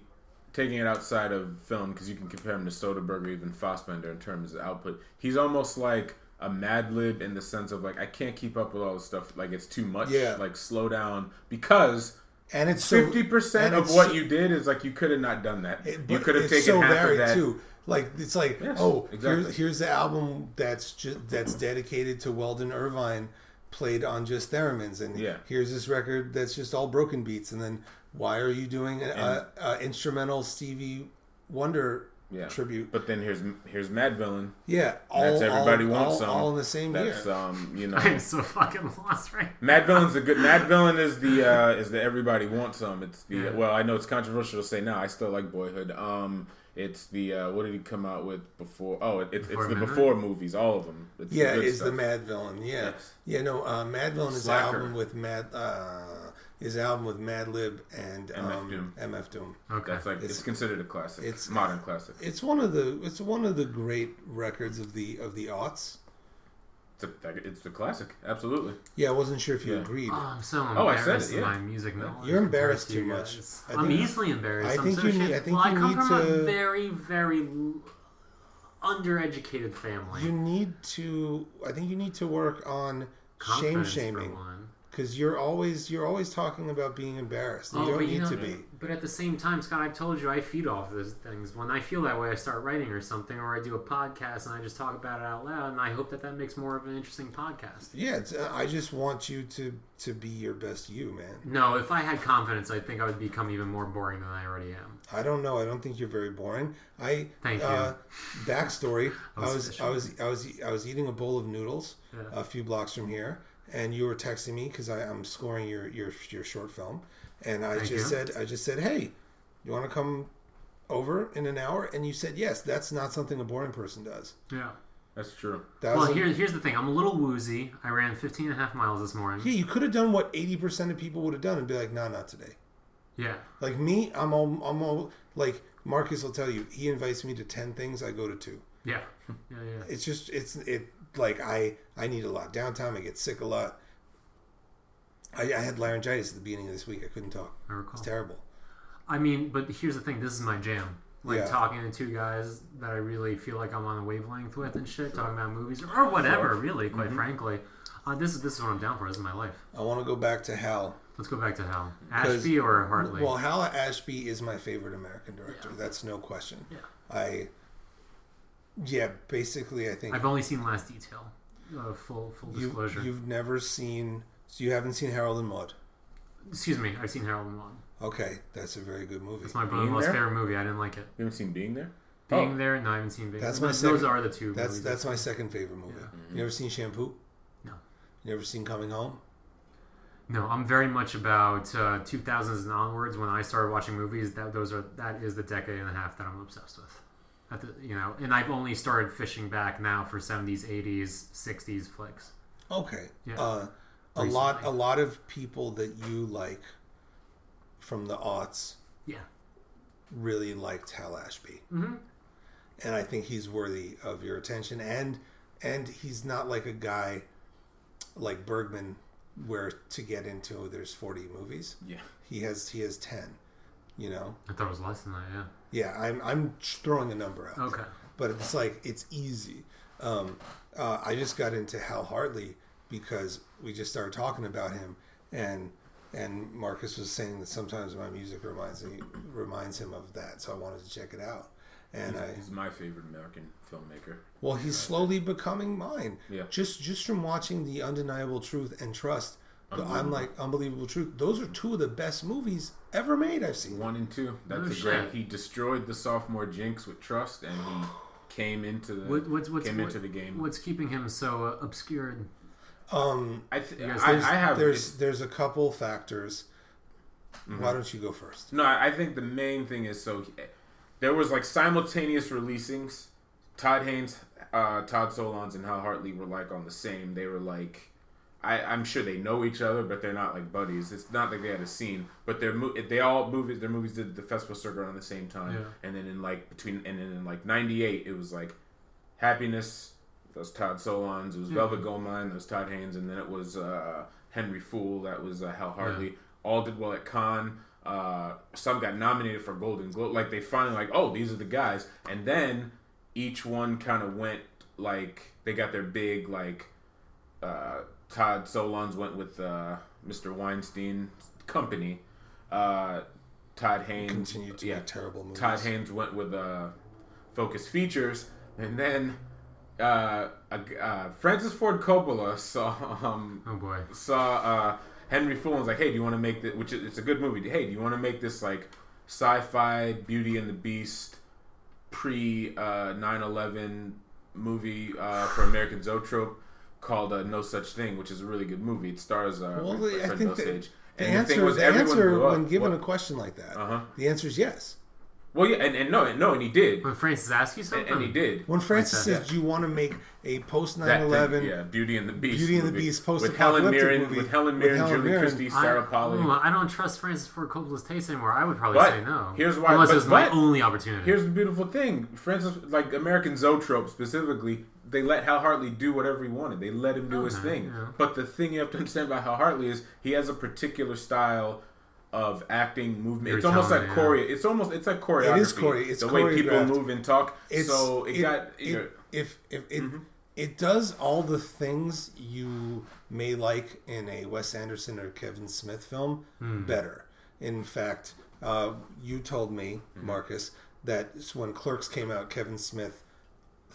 B: taking it outside of film because you can compare him to Soderbergh or even Fassbender in terms of output. He's almost like a Mad Lib in the sense of like I can't keep up with all this stuff. Like it's too much.
C: Yeah.
B: Like slow down because.
C: And it's so-
B: Fifty percent
C: and
B: of
C: it's
B: what
C: so-
B: you did is like you could have not done that.
C: It-
B: you
C: but
B: could have
C: it's
B: taken
C: so
B: half of
C: varied,
B: that.
C: too. Like it's like
B: Yes,
C: oh
B: exactly.
C: here's here's the album that's just that's dedicated to Weldon Irvine played on just theremins and
B: Yeah.
C: here's this record that's just all broken beats and then why are you doing an uh, uh, instrumental Stevie Wonder
B: Yeah.
C: tribute?
B: But then here's here's Mad Villain.
C: Yeah, all
B: That's everybody
C: all,
B: wants
C: all,
B: some.
C: all in the same year.
B: That's um, you know,
A: I'm so fucking lost right now.
B: Mad Villain's a good. Mad Villain is the uh, is the everybody wants some. It's the well, I know it's controversial to say now. I still like Boyhood. Um, it's the uh, what did he come out with before? Oh, it, it's
A: Before
B: it's the
A: Midnight?
B: before movies, all of them. It's
C: Yeah,
B: good
C: is the
B: stuff.
C: Mad Villain. Yeah,
B: Yes.
C: yeah. No, uh, Mad Villain is the
B: Slacker.
C: album with Mad. Uh, his album with Madlib and um,
B: MF Doom.
C: MF Doom.
A: Okay.
B: That's like it's, considered a classic.
C: it's-
B: It's modern classic.
C: It's one of the it's one of the great records of the of the aughts.
B: It's a, it's a classic. Absolutely.
C: Yeah, I wasn't sure if you
B: Yeah.
C: agreed.
A: Oh, I'm so embarrassed
B: Oh, I said it,
A: of
B: yeah.
A: my music knowledge.
C: You're embarrassed
A: compared to
C: too
A: you
C: much.
A: guys.
C: I
A: I'm
C: think-
A: easily embarrassed.
C: I
A: I
C: think
A: am so
C: you
A: ashamed.
C: need- I think
A: well,
C: you
A: I come
C: need
A: from
C: to-
A: a very, very l- undereducated family.
C: You need to. I think you need to work on shame
A: Confidence, for
C: shaming
A: one.
C: because you're always you're always talking about being embarrassed. and
A: Oh,
C: you
A: but
C: don't
A: you
C: need
A: know-
C: to be.
A: But at the same time, Scott, I've told you I feed off those things. When I feel that way, I start writing or something, or I do a podcast and I just talk about it out loud, and I hope that that makes more of an interesting podcast.
C: Yeah, it's, uh, I just want you to to be your best you, man.
A: No, if I had confidence, I think I would become even more boring than I already am.
C: I don't know. I don't think you're very boring. I
A: Thank you.
C: uh, backstory. I
A: was
C: was I was I was I was eating a bowl of noodles a few blocks from here, and you were texting me because I'm scoring your your your short film, and I just
A: you.
C: said I just said, hey, you want to come over in an hour? And you said yes. That's not something a boring person does.
A: Yeah.
B: That's true.
C: That
A: Well,
C: was.
A: here, here's the thing. I'm a little woozy. I ran 15 and a half miles this morning.
C: yeah, you could have done what eighty percent of people would have done and be like, nah, not today.
A: Yeah.
C: Like me, I'm all, I'm all, like Marcus will tell you, he invites me to ten things, I go to two.
A: Yeah. Yeah, yeah.
C: It's just it's it like I I need a lot of downtime. I get sick a lot. I, I had laryngitis at the beginning of this week. I couldn't talk.
A: I
C: It's
A: recall.
C: terrible.
A: I mean, but here's the thing. This is my jam. Like
C: Yeah.
A: talking to two guys that I really feel like I'm on a wavelength with and shit, talking about movies or whatever. Really, quite
C: Mm-hmm.
A: frankly, uh, this is this is what I'm down for. This is my life.
C: I want to go back to Hal.
A: Let's go back to Hal
C: 'Cause-
A: Ashby or Hartley.
C: Well, Hal Ashby is my favorite American director. That's no question.
A: Yeah.
C: I. Yeah, basically, I think
A: I've only seen Last Detail. Uh, full full
C: you
A: disclosure.
C: you've never seen. So you haven't seen Harold and Maude.
A: Excuse me. I've seen Harold and Maude.
C: Okay, that's a very good movie.
A: It's my brother-in-law's
B: there?
A: favorite movie. I didn't like it.
B: You haven't seen Being There?
A: Being
B: oh,
A: there, no, I haven't seen Being.
C: That's
A: There.
C: my
A: Those
C: second-
A: are the two.
C: That's
A: movies.
C: that's my second favorite movie. You ever seen Shampoo?
A: No.
C: You ever seen Coming Home?
A: No, I'm very much about uh, 2000s and onwards. When I started watching movies, that those are that is the decade and a half that I'm obsessed with. At the, you know, and I've only started fishing back now for 70s, 80s, 60s flicks.
C: Okay.
A: Yeah.
C: Uh, a lot a
A: Recently.
C: lot of people that you like from the aughts
A: Yeah,
C: really liked Hal Ashby.
A: Mm-hmm.
C: And I think he's worthy of your attention and and he's not like a guy like Bergman where to get into oh, there's 40 movies.
B: yeah.
C: He has he has 10, you know.
A: I thought it was less than that. Yeah.
C: Yeah, I'm I'm throwing a number out.
A: Okay.
C: but it's like it's easy. Um, uh, I just got into Hal Hartley because we just started talking about him, and and Marcus was saying that sometimes my music reminds me reminds him of that, so I wanted to check it out. And I
B: He's my favorite American filmmaker.
C: well, he's slowly becoming mine.
B: Yeah.
C: Just just from watching the Undeniable Truth and Trust, I'm like Unbelievable Truth. Those are two of the best movies ever made. I've seen.
B: One and two. That's
A: Oh,
B: a
A: shit.
B: great. He destroyed the sophomore jinx with trust, and he came into the
A: What, what's what's
B: came
A: what-
B: into the game.
A: What's keeping him so uh, obscured?
B: I, th-
A: guys-
B: I,
A: there's-
B: I have
C: There's there's a couple factors.
B: Mm-hmm.
C: Why don't you go first?
B: No, I I think the main thing is so there was like simultaneous releasings. Todd Haynes, uh, Todd Solondz, and Hal Hartley were like on the same. They were like, I, I'm sure they know each other, but they're not like buddies. It's not like they had a scene, but their mo- they all movies their movies did the festival circuit around the same time,
A: Yeah.
B: and then in like between and then in like '98 it was like Happiness. That was Todd Solondz. It was Velvet Goldmine. That was Todd Haynes, and then it was uh, Henry Fool. That was uh, Hal Hartley. All did well at Cannes. Uh, some got nominated for Golden Globe. Like they finally like, oh, these are the guys. And then each one kind of went like they got their big like uh, Todd Solondz went with uh, Mr. Weinstein company. Uh, Todd Haynes
C: Continue to
B: yeah,
C: make terrible movies.
B: Todd Haynes went with uh, Focus Features, and then uh, a g- uh, Francis Ford Coppola saw um,
A: Oh boy.
B: saw uh, Henry Full and was like, "Hey, do you want to make this?" Which is, it's a good movie. Hey, do you want to make this like sci-fi Beauty and the Beast pre uh, 9/11 movie uh, for American Zoetrope called uh, No Such Thing, which is a really good movie. It stars uh,
C: Well,
B: Fred
C: I think
B: Dosage.
C: the, the
B: and the thing
C: answer,
B: was
C: the
B: everyone
C: answer
B: blew up.
C: when given
B: What-
C: a question like that,
B: Uh-huh.
C: the answer is yes.
B: Well, yeah, and, and no, and no, and he did,
A: When Francis asks you
B: and,
A: something,
B: and he did.
C: When Francis
A: that.
C: says, "Do you want to make a post
B: That thing,
C: 9/11
B: yeah, Beauty and the Beast,
C: Beauty and the
B: movie.
C: Beast
B: with Helen
C: post-apocalyptic
B: Mirren,
C: movie
B: with Helen
C: with
B: Mirren,
C: Helen
B: Julie
C: Mirren.
B: Christie,
A: I-
B: Sarah Polly.
A: Ooh, I don't trust Francis Ford Coppola's taste anymore. I would probably
B: But
A: say no.
B: here's why-
A: Unless
B: but-
A: it was my
B: but-
A: only opportunity.
B: Here's the beautiful thing, Francis, like American Zoetrope specifically, they let Hal Hartley do whatever he wanted. They let him do his
A: Okay,
B: thing.
A: yeah.
B: But the thing you have to understand about Hal Hartley is he has a particular style of acting, movement.
A: You're
B: it's almost like
A: telling me,
B: choreo. It's almost it's like choreography.
C: It is choreo- it's
B: the way people
C: choreographed.
B: move and talk.
C: it's
B: so it, got Mm-hmm.
C: it-
B: you know,
C: if if it it does all the things you may like in a Wes Anderson or Kevin Smith film
B: Hmm.
C: better. In fact, uh, you told me,
B: Hmm.
C: Marcus, that when Clerks came out, Kevin Smith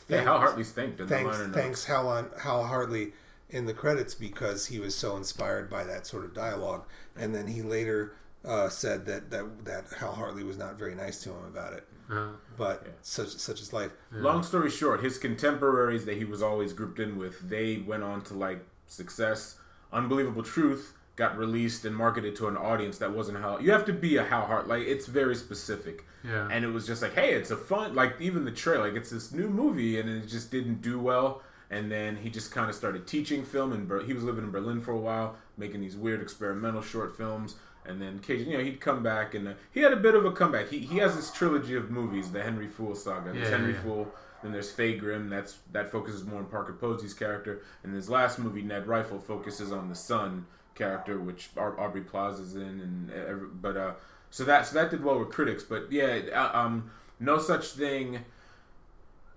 B: yeah,
C: thanked-
B: Hal Hartley's thanked in the
C: thanks
B: liner notes.
C: thanks Hal on Hal Hartley in the credits because he was so inspired by that sort of dialogue, and then he later uh, said that that that Hal Hartley was not very nice to him about it.
A: Uh,
C: But such such is life.
B: Long story short, his contemporaries that he was always grouped in with, they went on to like success. Unbelievable Truth got released and marketed to an audience that wasn't how you have to be a how hard like it's very specific.
A: Yeah.
B: And it was just like, hey, it's a fun like even the trailer, like it's this new movie and it just didn't do well. And then he just kind of started teaching film, and Ber- he was living in Berlin for a while, making these weird experimental short films. And then, occasionally, you know, he'd come back, and uh, he had a bit of a comeback. He he has this trilogy of movies, the Henry Fool saga. There's
A: Yeah, yeah,
B: Henry
A: yeah.
B: Fool, then there's Fay Grim. That's that focuses more on Parker Posey's character, and his last movie, Ned Rifle, focuses on the son character, which Ar- Aubrey Plaza's in, and every, but uh, so that so that did well with critics, but yeah, it, uh, um, no such thing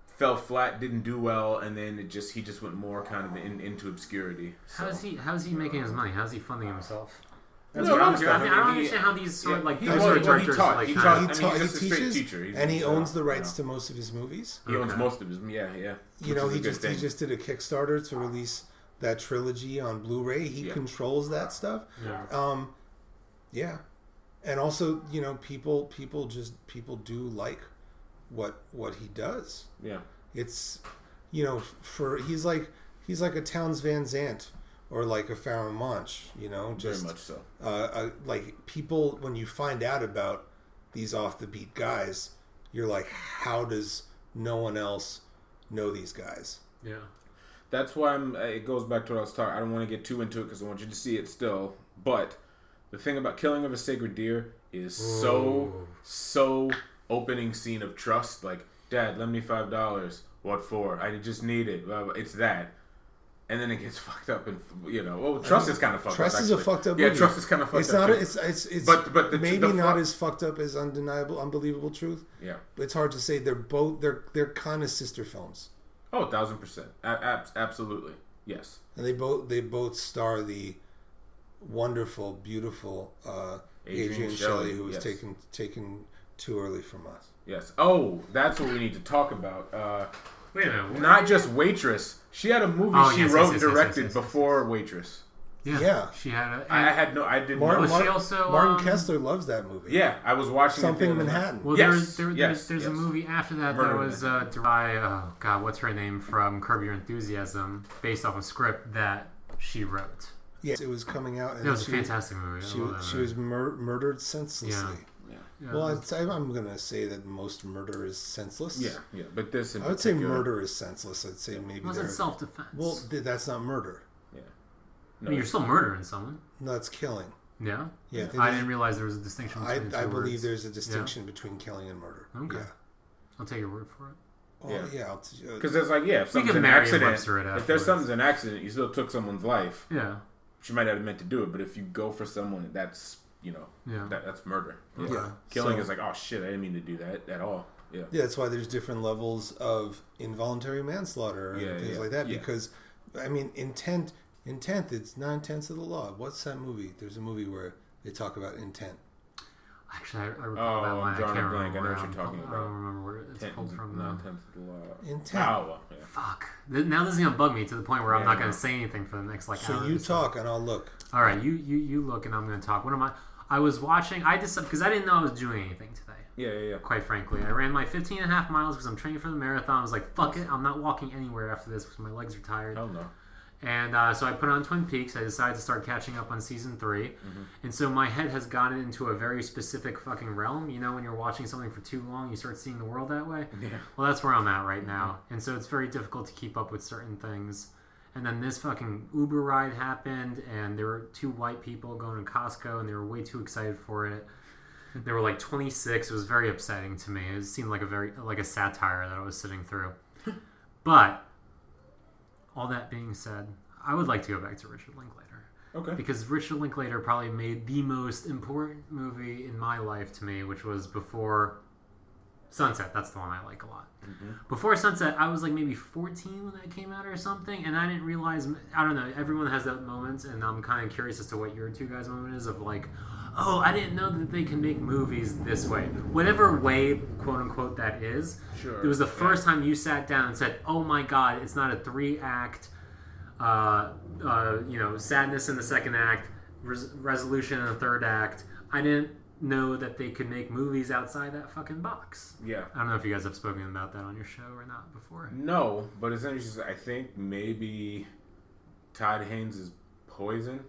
B: fell flat, didn't do well, and then it just he just went more kind of in, into obscurity. So.
A: how's he? How's he making his money? How's he funding himself? That's
B: No,
A: what I'm
B: no,
A: curious. I mean, I don't
B: he-
A: understand how these sort of
B: yeah,
A: like
B: he-
A: these
B: well,
A: sort
B: he-
A: of
B: well, he
A: directors
B: taught-
A: like
B: he
A: kinda-
B: taught-
C: he,
B: I mean,
C: ta-
B: he's
C: he
B: just a straight
C: teaches
B: teacher. He's
C: and he
B: just,
C: owns
B: uh,
C: the
B: you
C: rights
B: know.
C: to most of his movies.
B: He owns
A: Okay.
B: most of his, yeah, yeah.
C: You
B: Which
C: know,
B: is a
C: he
B: good
C: just he
B: thing.
C: just did a Kickstarter to release that trilogy on Blu-ray. He
B: Yeah.
C: controls that stuff.
A: Yeah.
C: Um, yeah, and also you know people people just people do like what what he does.
B: yeah.
C: It's you know for he's like he's like a Towns Van Zant or like a Farron Munch. You know,
B: Very
C: just
B: much so.
C: uh, uh, like people when you find out about these off the beat guys, you're like, how does no one else know these guys?
A: Yeah.
B: That's why I'm. uh, It goes back to what I was talking. I don't want to get too into it because I want you to see it still. But the thing about killing of a sacred deer is so
A: Ooh.
B: so opening scene of trust. Like, Dad, lend me five dollars. What for? I just need it. Blah, blah. It's that. And then it gets fucked up, and you know, well, trust is kind of fucked
C: Trust
B: up.
C: is a
B: actually.
C: fucked up.
B: Yeah,
C: movie.
B: trust is kind of fucked
C: It's
B: up.
C: not.
B: too.
C: it's it's it's.
B: But- but the-
C: maybe
B: the fu-
C: not as fucked up as undeniable, unbelievable truth.
B: yeah.
C: It's hard to say. They're both. They're they're kind of sister films,
B: Oh, a thousand percent. A- ab- absolutely. Yes.
C: and they both they both star the wonderful, beautiful uh,
B: Adrienne
C: Adrian,
B: Shelley,
C: Shelley, who was
B: yes.
C: taken taken too early from us.
B: Yes. Oh, that's what we need to talk about. Uh,
A: Wait a minute.
B: not just waitress. She had a movie
A: Oh,
B: she
A: yes, yes,
B: wrote
A: yes, yes,
B: and directed
A: yes, yes, yes,
B: before waitress.
A: Yeah.
C: Yeah.
A: She had a.
B: I, I had no. I didn't.
C: Martin,
A: Was
B: know.
A: she
C: Martin,
A: also,
C: Martin
A: um,
C: Kessler loves that movie.
B: Yeah, I was watching it the
C: Something
B: other night.
C: Manhattan.
A: well,
B: yes,
A: there was, there,
B: yes,
A: there's, there's
B: yes.
A: a movie after that
B: Murder
A: that was uh, derived by oh god what's her name from Curb Your Enthusiasm based off a script that she wrote.
C: Yes, it was coming out. And
A: That was
C: she,
A: a fantastic movie. I
C: She,
A: love that
C: she
A: movie.
C: was mur- murdered senselessly.
B: Yeah.
A: Yeah.
C: Well, I'd say, I'm going to say that most murder is senseless.
B: Yeah, yeah. But this, in
C: I would say
B: particular-
C: murder is senseless. I'd say maybe
A: It wasn't
C: there-
A: self defense.
C: Well, th- that's not murder.
B: Yeah.
A: I mean, you're still murdering someone.
C: No, that's killing.
A: Yeah.
C: Yeah, I think
A: I
C: there's-
A: didn't realize there was a distinction.
C: I,
A: Between the
C: I
A: two
C: believe
A: words.
C: there's a distinction between killing and murder.
A: Okay.
C: Yeah.
A: I'll take your word for it.
C: Oh,
B: Yeah.
C: yeah. I'll t- uh,
B: Because there's like, yeah, if
A: We can
B: something's an
A: marry and
B: accident,
A: Webster it
B: if there's
A: afterwards.
B: something's an accident, you still took someone's life.
A: Yeah.
B: She might not have meant to do it, but if you go for someone, that's you know,
A: Yeah.
B: that, that's murder. Yeah.
C: Yeah.
B: Killing
C: So-
B: is like, oh shit, I didn't mean to do that at all. Yeah.
C: Yeah, that's why there's different levels of involuntary manslaughter and
B: Yeah,
C: things
B: yeah,
C: like that.
B: yeah.
C: Because, I mean, intent, intent, it's nine tenths of the law. What's that movie? There's a movie where they talk about intent.
A: Actually, I, I recall
B: Oh,
A: that
B: I'm
A: one. I
B: drawing
A: can't
B: a blank. I
A: remember.
B: know
A: where
B: what you're
A: I'm
B: talking
A: pull- I
B: about.
A: don't remember where it's
B: Tenth,
A: pulled from. though.
B: not tenth, uh,
C: In tenth.
B: Iowa. Yeah.
A: Fuck. Th- Now this is gonna bug me to the point where I'm
B: Yeah, I
A: not
B: know.
A: gonna say anything for the next like hour.
C: So
A: or
C: you
A: so.
C: talk and I'll look.
A: All right, you you you look, and I'm gonna talk. What am I? I was watching. I decided because I didn't know I was doing anything today.
B: Yeah, yeah, yeah.
A: Quite frankly, I ran my 15 and a half miles because I'm training for the marathon. I was like, fuck it, I'm not walking anywhere after this because my legs are tired.
B: Hell no.
A: And uh, so I put on Twin Peaks. I decided to start catching up on season 3 And so my head has gotten into a very specific fucking realm. You know, when you're watching something for too long, you start seeing the world that way.
B: Yeah.
A: Well, that's where I'm at right now. And so it's very difficult to keep up with certain things. And then this fucking Uber ride happened, and there were two white people going to Costco, and they were way too excited for it. They were like 26. It was very upsetting to me. It seemed like a very like a satire that I was sitting through. But all that being said, I would like to go back to Richard Linklater
B: Okay.
A: because Richard Linklater probably made the most important movie in my life to me, which was Before Sunset. That's the one I like a lot. Before Sunset, I was like maybe 14 when that came out or something, and I didn't realize. I don't know. Everyone has that moment, and I'm kind of curious as to what your two guys' moment is of like, oh, I didn't know that they can make movies this way, whatever way, quote unquote, that is.
B: Sure.
A: It was the first time you sat down and said, "Oh my God, it's not a three-act, uh, uh, you know, sadness in the second act, res- resolution in the third act." I didn't know that they could make movies outside that fucking box.
B: Yeah.
A: I don't know if you guys have spoken about that on your show or not before.
B: No, but it's interesting. I think maybe Todd Haynes' Poison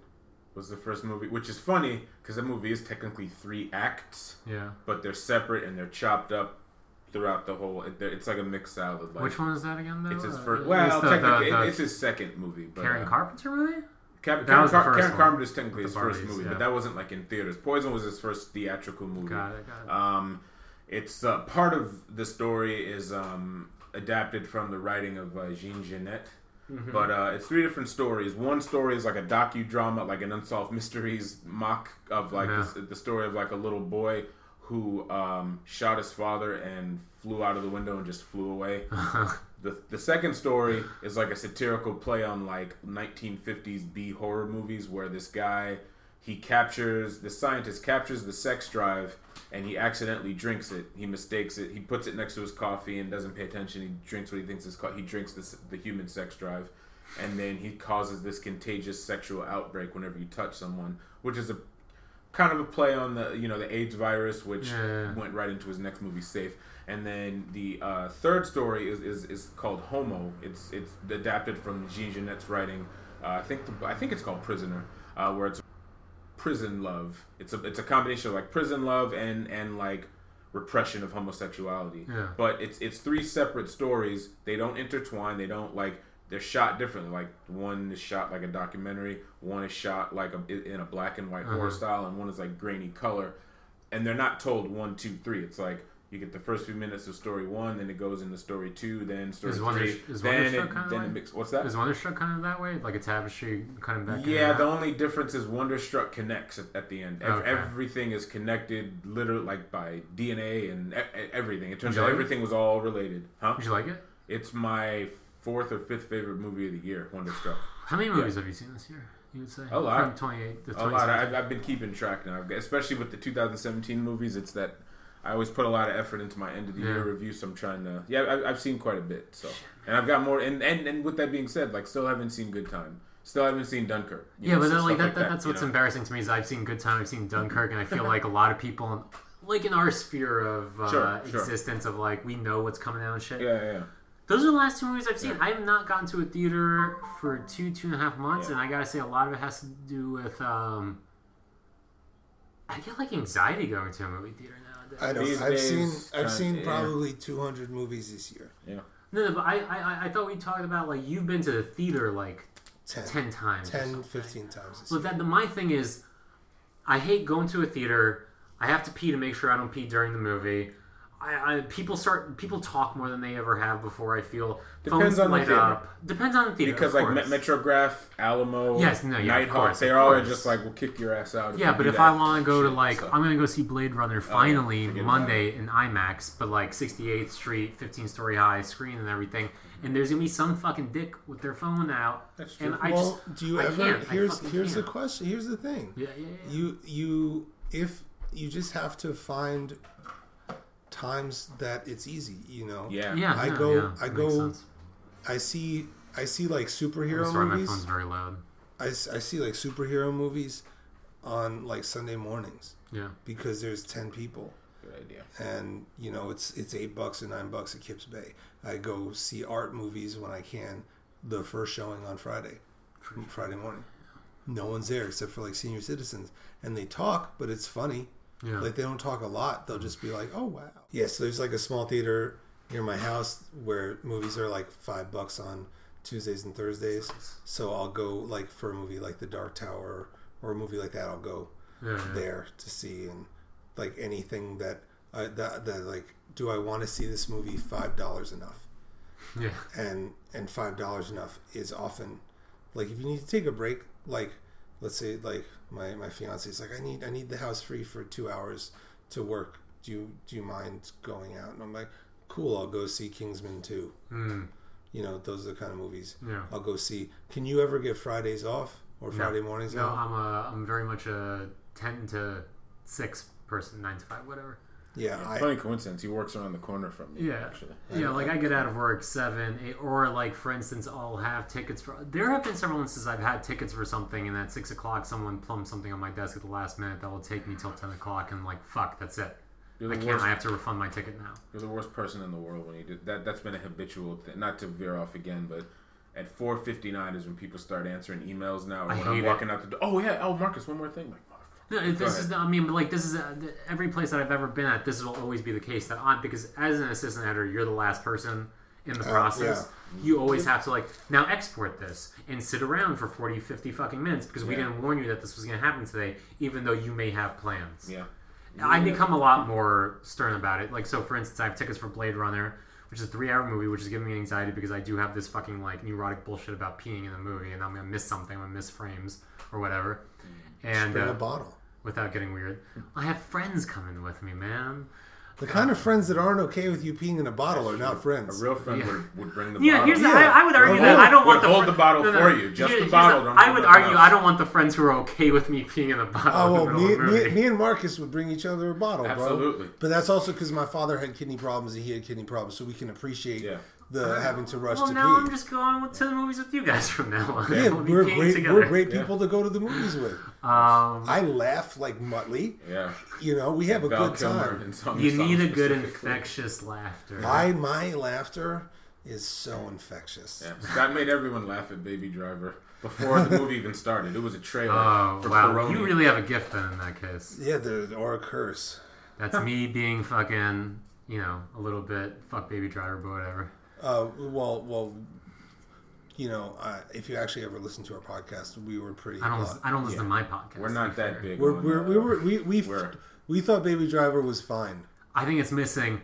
B: was the first movie, which is funny because that movie is technically three acts,
A: Yeah.
B: but they're separate and they're chopped up throughout the whole. it- It's like a mixed salad. Like
A: Which one is that again? Though
B: It's his
A: Uh,
B: first.
A: it's
B: Well,
A: the- the-
B: technically,
A: the
B: it- it's his second movie. But,
A: Karen
B: uh,
A: Carpenter movie.
B: Cap-
A: That
B: Karen,
A: was the
B: Car-
A: first
B: Karen
A: one.
B: Carpenter's technically
A: With
B: his
A: the
B: first
A: Barbies,
B: movie,
A: yeah.
B: but that wasn't like in theaters. Poison was his first theatrical movie.
A: Got it. Got it.
B: Um, it's uh, part of the story is um, adapted from the writing of uh, Jean Genet. But uh, it's three different stories. One story is like a docudrama, like an unsolved mysteries mock of like
A: Yeah.
B: this, the story of like a little boy who um, shot his father and flew out of the window and just flew away. The, the second story is like a satirical play on like 1950s B horror movies where this guy he captures the scientist captures the sex drive and he accidentally drinks it. He mistakes it. He puts it next to his coffee and doesn't pay attention. He drinks what he thinks is co- he drinks this, the human sex drive and then he causes this contagious sexual outbreak whenever you touch someone, which is a kind of a play on the you know the AIDS virus, which
A: Yeah.
B: went right into his next movie, Safe. And then the uh, third story is, is, is called Homo. It's it's adapted from Jean Genet's writing. Uh, I think the, I think it's called Prisoner, uh, where it's prison love. It's a it's a combination of like prison love and and like repression of homosexuality.
A: Yeah.
B: But it's it's three separate stories. They don't intertwine. They don't like they're shot differently. Like one is shot like a documentary. One is shot like a, in a black and white horror
A: Uh-huh.
B: style, and one is like grainy color. And they're not told one, two, three. It's like you get the first few minutes of story one, then it goes into story two, then story
A: Is Wonder-
B: three,
A: is Wonder
B: then
A: Show
B: it,
A: kinda
B: then it
A: like-
B: mix. What's that?
A: Is Wonderstruck kind of that way, like a tapestry kind of back?
B: Yeah,
A: and
B: the only difference is Wonderstruck connects at, at the end. Ev-
A: Okay.
B: Everything is connected, literally, like by DNA and e- e- everything. It turns
A: You
B: out
A: like it?
B: everything was all related. Huh?
A: Did you like it?
B: It's my fourth or fifth favorite movie of the year, Wonderstruck.
A: How many movies have you seen this year? You would say
B: A lot.
A: From 28 to
B: A lot.
A: 27.
B: I've, I've been keeping track now, I've got, especially with the 2017 movies. It's that I always put a lot of effort into my end of the year
A: Yeah.
B: review, so I'm trying to. Yeah, I, I've seen quite a bit. So, and I've got more. And, and and with that being said, like still haven't seen Good Time. Still haven't seen Dunkirk. you
A: Yeah,
B: know,
A: but
B: so
A: then, like,
B: stuff
A: that, that, that's
B: you
A: what's
B: know.
A: embarrassing to me is I've seen Good Time, I've seen Dunkirk, and I feel like a lot of people, in, like in our sphere of uh,
B: Sure, sure.
A: existence, of like we know what's coming out and shit.
B: Yeah, yeah, yeah.
A: Those are the last two movies I've seen. I have not gone to a theater for two, two and a half months, and
B: Yeah.
A: I gotta say, a lot of it has to do with. Um, I get like anxiety going to a movie theater nowadays.
C: I know.
B: These
C: I've
B: days,
C: seen
B: uh,
C: I've seen
B: yeah.
C: probably 200 movies this year.
B: Yeah.
A: no, no, but I, I, I- I thought we talked about like you've been to the theater like
C: 10, 10,
A: ten times. or something.
C: 15 times this
A: So
C: year.
A: that the, my thing is, I hate going to a theater. I have to pee to make sure I don't pee during the movie. I, I people start people talk more than they ever have before. I feel
B: Depends
A: phones
B: on the
A: light
B: theater.
A: up. Depends on the theater
B: Because
A: of
B: like
A: course.
B: Met- Metrograph, Alamo,
A: Yes, no, yeah, of
B: Nighthawk,
A: course,
B: they're
A: of
B: always
A: course.
B: just like, we'll kick your ass out. if
A: yeah,
B: you
A: but
B: do
A: if
B: that
A: I want to go to
B: shit,
A: like
B: so. Oh,
A: I'm gonna go see Blade Runner finally
B: forget about
A: Monday in IMAX, but like 68th Street, 15 story high screen and everything, and there's gonna be some fucking dick with their phone out.
B: That's
A: And
B: true.
A: I
C: well,
A: just
C: do you
A: I
C: ever
A: can't. I
C: here's
A: fucking
C: here's the
A: can't.
C: question, here's the thing.
A: yeah yeah yeah.
C: You you if you just have to find times that it's easy. You know,
B: Yeah.
A: Yeah,
C: I
A: no,
C: go-
A: yeah,
C: I
A: makes
C: go
A: sense.
C: I see I see like
A: I'm
C: superhero
A: sorry, my
C: movies.
A: phone's very loud.
C: I, s- I see like superhero movies on like Sunday mornings
A: Yeah,
C: because there's ten people
B: Good idea.
C: and you know it's it's eight bucks and nine bucks at Kips Bay. I go see art movies when I can. The first showing on Friday, Friday morning. No one's there except for like senior citizens, and they talk, but it's funny.
A: yeah.
C: Like they don't talk a lot. They'll just be like, "Oh wow." Yeah, so there's like a small theater near my house where movies are like five bucks on Tuesdays and Thursdays. So I'll go like for a movie like The Dark Tower or a movie like that. I'll go
A: yeah, yeah.
C: there to see and like anything that I that, that like do I want to see this movie five dollars enough
A: yeah.
C: and and five dollars enough is often like if you need to take a break like let's say like my my fiance's like I need I need the house free for two hours to work do you do you mind going out and I'm like cool I'll go see Kingsman two
A: Mm,
C: you know those are the kind of movies
A: yeah.
C: I'll go see can you ever get Fridays off or Friday mornings
A: No,
C: off
A: I'm a I'm very much a ten to six person, nine to five, whatever.
C: yeah I
B: Funny coincidence. He works around the corner from me.
A: Yeah.
B: Actually.
A: Yeah, like I get out of work seven, eight, or like for instance, I'll have tickets for. There have been several instances I've had tickets for something, and at six o'clock, someone plumbs something on my desk at the last minute that will take me till ten o'clock, and like fuck, that's it.
B: You're
A: I
B: the
A: can't.
B: worst.
A: I have to refund my ticket now.
B: You're the worst person in the world when you do that. That's been a habitual thing. Not to veer off again, but at 4:59 is when people start answering emails now. Or when
A: hate
B: I'm
A: it.
B: walking out the door. Oh yeah. Oh Marcus, one more thing. Like motherfucker.
A: No, if this
B: ahead.
A: is. I mean, but like this is uh, th- every place that I've ever been at. This will always be the case that on because as an assistant editor, you're the last person in
B: Uh,
A: the process. You always have to like now export this and sit around for 40, 50 fucking minutes because we
B: Yeah.
A: didn't warn you that this was going to happen today, even though you may have plans.
B: Yeah.
A: I become a lot more stern about it. Like, so for instance, I have tickets for Blade Runner, which is a three-hour movie, which is giving me anxiety because I do have this fucking like neurotic bullshit about peeing in the movie, and I'm gonna miss something, I'm gonna miss frames or whatever,
B: Mm.
A: and
C: bring a
A: uh,
C: bottle
A: without getting weird, I have friends coming with me, man.
C: The kind of friends that aren't okay with you peeing in a bottle are
B: A
C: not friends.
B: real friend would, would bring the
A: Yeah,
B: bottle.
A: here's the,
C: Yeah.
A: I, I would argue
C: Well,
A: that I
C: hold-
A: don't want
B: well,
A: the
B: hold
A: fri-
B: the bottle for you, just the
A: here's
B: bottle, don't
A: I
B: do
A: would
B: nothing
A: argue
B: else.
A: I don't want the friends who are okay with me peeing in the bottle.
C: Oh
A: in the middle
C: well, me,
A: of the movie.
C: me, me and Marcus would bring each other a bottle,
B: Absolutely.
C: bro. But that's also because my father had kidney problems and he had kidney problems, so we can appreciate
B: Yeah.
C: the having to rush
A: Uh, well,
C: to
A: now I'm
C: pee.
A: just going with- to the movies with you guys from now on.
C: yeah,
A: We'll be
C: we're
A: peeing
C: great.
A: together.
C: We're great people to go to the movies with.
A: Um,
C: I laugh like Muttley.
B: Yeah.
C: You know, we have a
B: Val
C: good
B: Kilmer
C: time.
B: and Song of
A: You
B: Songs
A: need a good
B: specifically.
A: infectious laughter.
C: My my laughter is so infectious.
B: Yeah. That made everyone laugh at Baby Driver before the movie even started. It was a trailer
A: oh
B: for
A: wow,
B: Peroni.
A: you really have a gift then in that case.
C: Yeah, there or a curse.
A: That's me being fucking, you know, a little bit fuck baby driver, but whatever.
C: Uh, well, well, you know, uh, if you actually ever listen to our podcast, we were pretty.
A: I don't,
C: uh,
A: listen, I don't listen to my podcast.
B: We're
A: to
B: not
A: be
B: that
A: fair.
B: big.
C: We're,
B: on,
C: we're,
B: uh,
C: we were we we
B: Where?
C: we thought Baby Driver was fine.
A: I think it's missing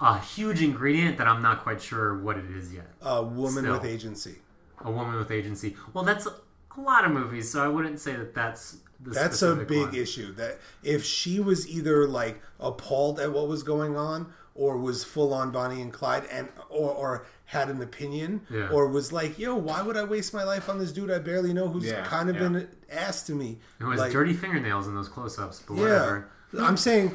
A: a huge ingredient that I'm not quite sure what it is yet.
C: A woman
A: Still.
C: with agency.
A: A woman with agency. Well, that's a lot of movies, so I wouldn't say that that's the
C: That's a
A: specific
C: big
A: one.
C: issue. That if she was either like appalled at what was going on, or was full on Bonnie and Clyde, and or or had an opinion,
A: Yeah.
C: or was like, "Yo, why would I waste my life on this dude I barely know who's
B: Yeah,
C: kind of
B: yeah.
C: been an ass to me?"
A: Who has
C: Like,
A: dirty fingernails in those close-ups, but
C: Yeah,
A: whatever.
C: I'm saying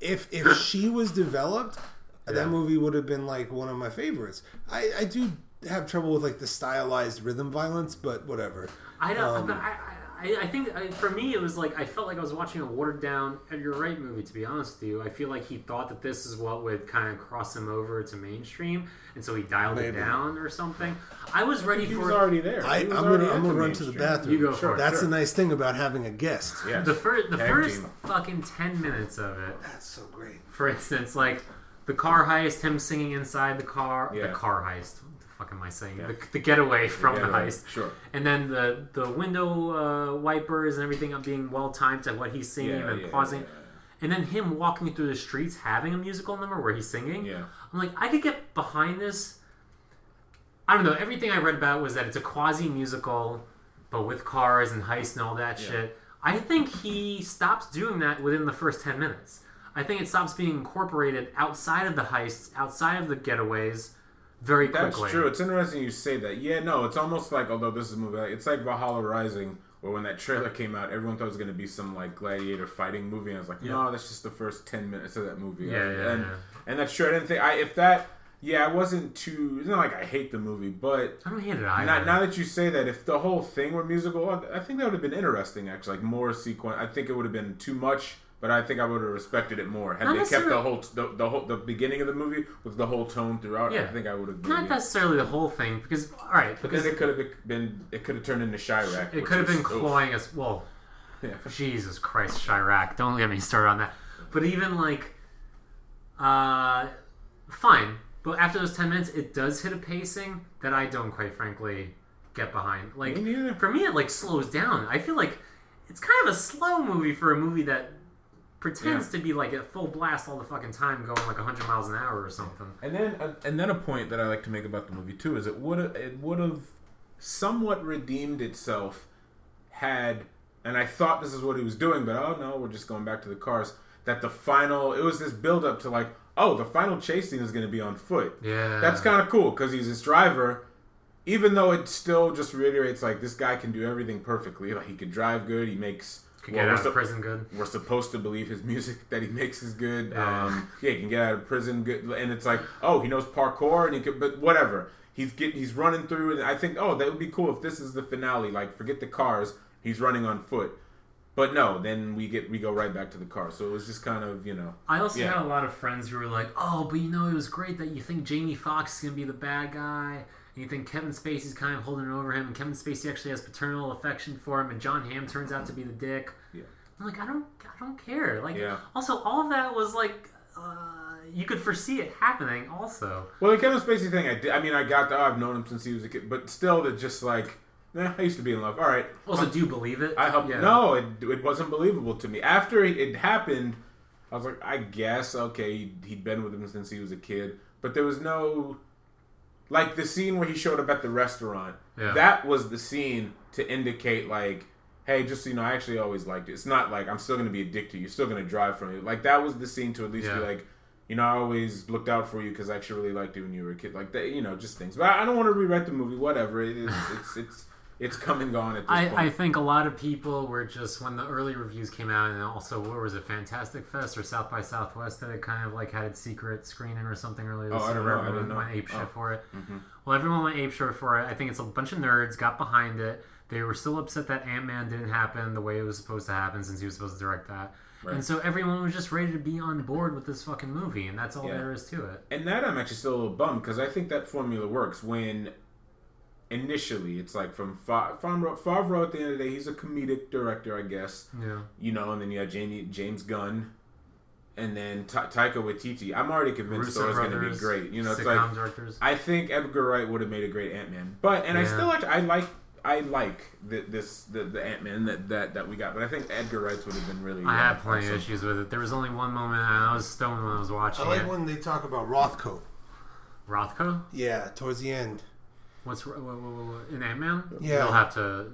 C: if if she was developed, that movie would have been like one of my favorites. I I do have trouble with like the stylized rhythm violence, but whatever.
A: I don't.
C: um,
A: but I, I, I think I, for me, it was like I felt like I was watching a watered down Edgar Wright movie. To be honest with you, I feel like he thought that this is what would kind of cross him over to mainstream, and so he dialed
C: Maybe.
A: it down or something. I was ready
B: He
A: for
B: was already there.
C: I,
B: He
C: I'm
B: was
C: gonna
B: already
C: I'm
B: at
C: gonna run to the
B: mainstream.
C: bathroom.
A: You go for it,
C: That's
B: sure.
C: the nice thing about having a guest.
B: Yes.
A: the first the
B: Tag
A: first
B: team.
A: fucking ten minutes of it.
C: That's so great.
A: For instance, like the car heist, him singing inside the car, the
B: Yeah.
A: car heist. What the fuck am I saying? The, the getaway from
B: Yeah,
A: the
B: right.
A: heist.
B: Sure.
A: And then the the window uh, wipers and everything up being well timed to what he's singing
B: Yeah,
A: and
B: yeah,
A: pausing.
B: yeah,
A: And then him walking through the streets having a musical number where he's singing.
B: Yeah.
A: I'm like, I could get behind this. I don't know. Everything I read about was that it's a quasi musical, but with cars and heist and all that shit. I think he stops doing that within the first 10 minutes. I think it stops being incorporated outside of the heists, outside of the getaways, very
B: That's
A: quickly.
B: true. It's interesting you say that. Yeah, no, it's almost like although this is a movie, like, it's like Valhalla Rising Or when that trailer came out, everyone thought it was going to be some like gladiator fighting movie, and I was like, no, that's just the first ten minutes of that movie.
A: Yeah, yeah,
B: and
A: yeah.
B: and that's true. I didn't think I if that. Yeah, I wasn't too. It's not like I hate the movie, but
A: I don't hate it either.
B: now, now that you say that, if the whole thing were musical, I I think that would have been interesting. Actually, like more sequence. I think it would have been too much, but I think I would have respected it more had
A: Not
B: they kept the
A: necessarily-
B: whole the, the whole the beginning of the movie with the whole tone throughout. I
A: Yeah.
B: think I would have.
A: Not necessarily the whole thing, because all right,
B: But then
A: because
B: it could have been. It could have turned into Chirac.
A: it
B: which
A: could have
B: is-
A: been
B: oof.
A: clawing us. Well,
B: Yeah.
A: Jesus Christ, Chirac! Don't get me started on that. But even like, uh, fine. But after those ten minutes, it does hit a pacing that I don't quite frankly get behind. Like
B: Me neither.
A: for me, it like slows down. I feel like it's kind of a slow movie for a movie that pretends to be like at full blast all the fucking time, going like hundred miles an hour or something.
B: And then, and then a point that I like to make about the movie too is it would it would have somewhat redeemed itself had, and I thought this is what he was doing, but oh no, we're just going back to the cars. That the final, it was this build up to like, oh, the final chase scene is going to be on foot.
A: Yeah,
B: That's kind of cool because he's this driver. Even though it still just reiterates like this guy can do everything perfectly, like he can drive good, he makes
A: could
B: well,
A: get
B: we're
A: out
B: sup-
A: of prison good.
B: we're supposed to believe his music that he makes is good.
A: Yeah.
B: Um, yeah, he can get out of prison. Good, and it's like, oh, he knows parkour, and he could, but whatever. He's getting, he's running through, and I think, oh, that would be cool if this is the finale. Like, forget the cars. He's running on foot. But no, then we get we go right back to the car. So it was just kind of you know,
A: I also
B: Yeah.
A: had a lot of friends who were like, "Oh, but you know, it was great that you think Jamie Foxx is gonna be the bad guy, and you think Kevin Spacey's kind of holding it over him, and Kevin Spacey actually has paternal affection for him, and John Hamm turns out to be the dick."
B: Yeah.
A: I'm like, I don't, I don't care. Like,
B: Yeah.
A: also, all of that was like, uh, you could foresee it happening. Also,
B: well the Kevin Spacey thing. I did, I mean I got the oh, I've known him since he was a kid, but still that just like, nah, I used to be in love. All right,
A: also, do you believe it?
B: I hope
A: Yeah.
B: no, it, it wasn't believable to me. After it, it happened, I was like, I guess okay, he'd, he'd been with him since he was a kid, but there was no like the scene where he showed up at the restaurant.
A: Yeah.
B: That was the scene to indicate like, hey, just so you know, I actually always liked it. It's not like I'm still gonna be addicted. You're still gonna drive from me. Like that was the scene to at least
A: Yeah.
B: be like. You know, I always looked out for you because I actually really liked you when you were a kid. Like that, you know, just things. But I I don't want to rewrite the movie. Whatever, it is, it's it's it's come and gone at this point.
A: I, I think a lot of people were just when the early reviews came out, and also what was it, Fantastic Fest or South by Southwest that it kind of like had its secret screening or something earlier this
B: Oh, I
A: year.
B: don't know. I
A: Everyone
B: didn't
A: went
B: know.
A: ape shit
B: Oh.
A: for it. Well, everyone went ape shit for it. I think it's a bunch of nerds got behind it. They were still upset that Ant Man didn't happen the way it was supposed to happen since he was supposed to direct that. And so everyone was just ready to be on board with this fucking movie, and that's all
B: Yeah.
A: there is to it.
B: And that I'm actually still a little bummed because I think that formula works when initially it's like from Fa- Favreau, Favreau at the end of the day, he's a comedic director, I guess.
A: Yeah.
B: You know, and then you have Jamie, James Gunn and then Ta- Taika Waititi. I'm already convinced
A: Russo
B: Thor's going to be
A: brothers,
B: great. You know, it's
A: sitcom
B: like
A: directors.
B: I think Edgar Wright would have made a great Ant Man, but and I
A: Yeah.
B: still act- I like I like the, this the, the Ant Man that, that that we got, but I think Edgar Wright's would have been really.
A: I had
B: uh,
A: plenty of
B: awesome.
A: issues with it. There was only one moment, and I was stoned when I was watching
C: I like
A: it.
C: when they talk about Rothko.
A: Rothko?
C: Yeah, towards the end.
A: What's what, what, what, what, in Ant Man?
C: Yeah.
A: you'll have to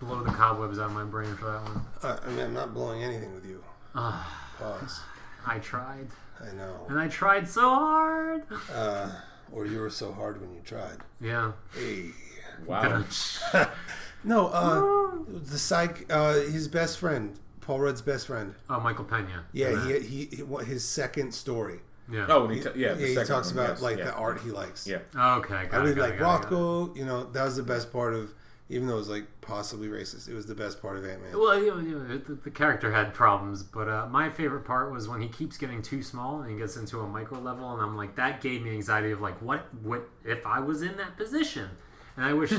A: blow the cobwebs out of my brain for that one.
C: Uh, I mean, I'm not blowing anything with you. Pause.
A: I tried,
C: I know.
A: and I tried so hard.
C: Uh, or you were so hard when you tried.
A: Yeah.
C: Hey.
B: Wow.
C: No, uh, the side, uh, his best friend, Paul Rudd's best friend.
A: oh, Michael Pena.
C: Yeah,
B: Uh-huh.
C: he, he, he what- his second story.
A: Yeah.
B: Oh, and he, ta- yeah. the
C: he
B: second
C: talks
B: one,
C: about
B: yes,
C: like
B: yeah.
C: the art he likes.
B: Yeah.
A: Okay. Got
C: I
A: it,
C: really
A: got
C: like
A: it, got it, got it.
C: Rothko. You know, that was the best part of, even though it was like possibly racist, it was the best part of Ant Man.
A: Well, you know, you know, the, the character had problems, but uh, my favorite part was when he keeps getting too small and he gets into a micro level, and I'm like, that gave me anxiety of like, what, what if I was in that position? And I wish,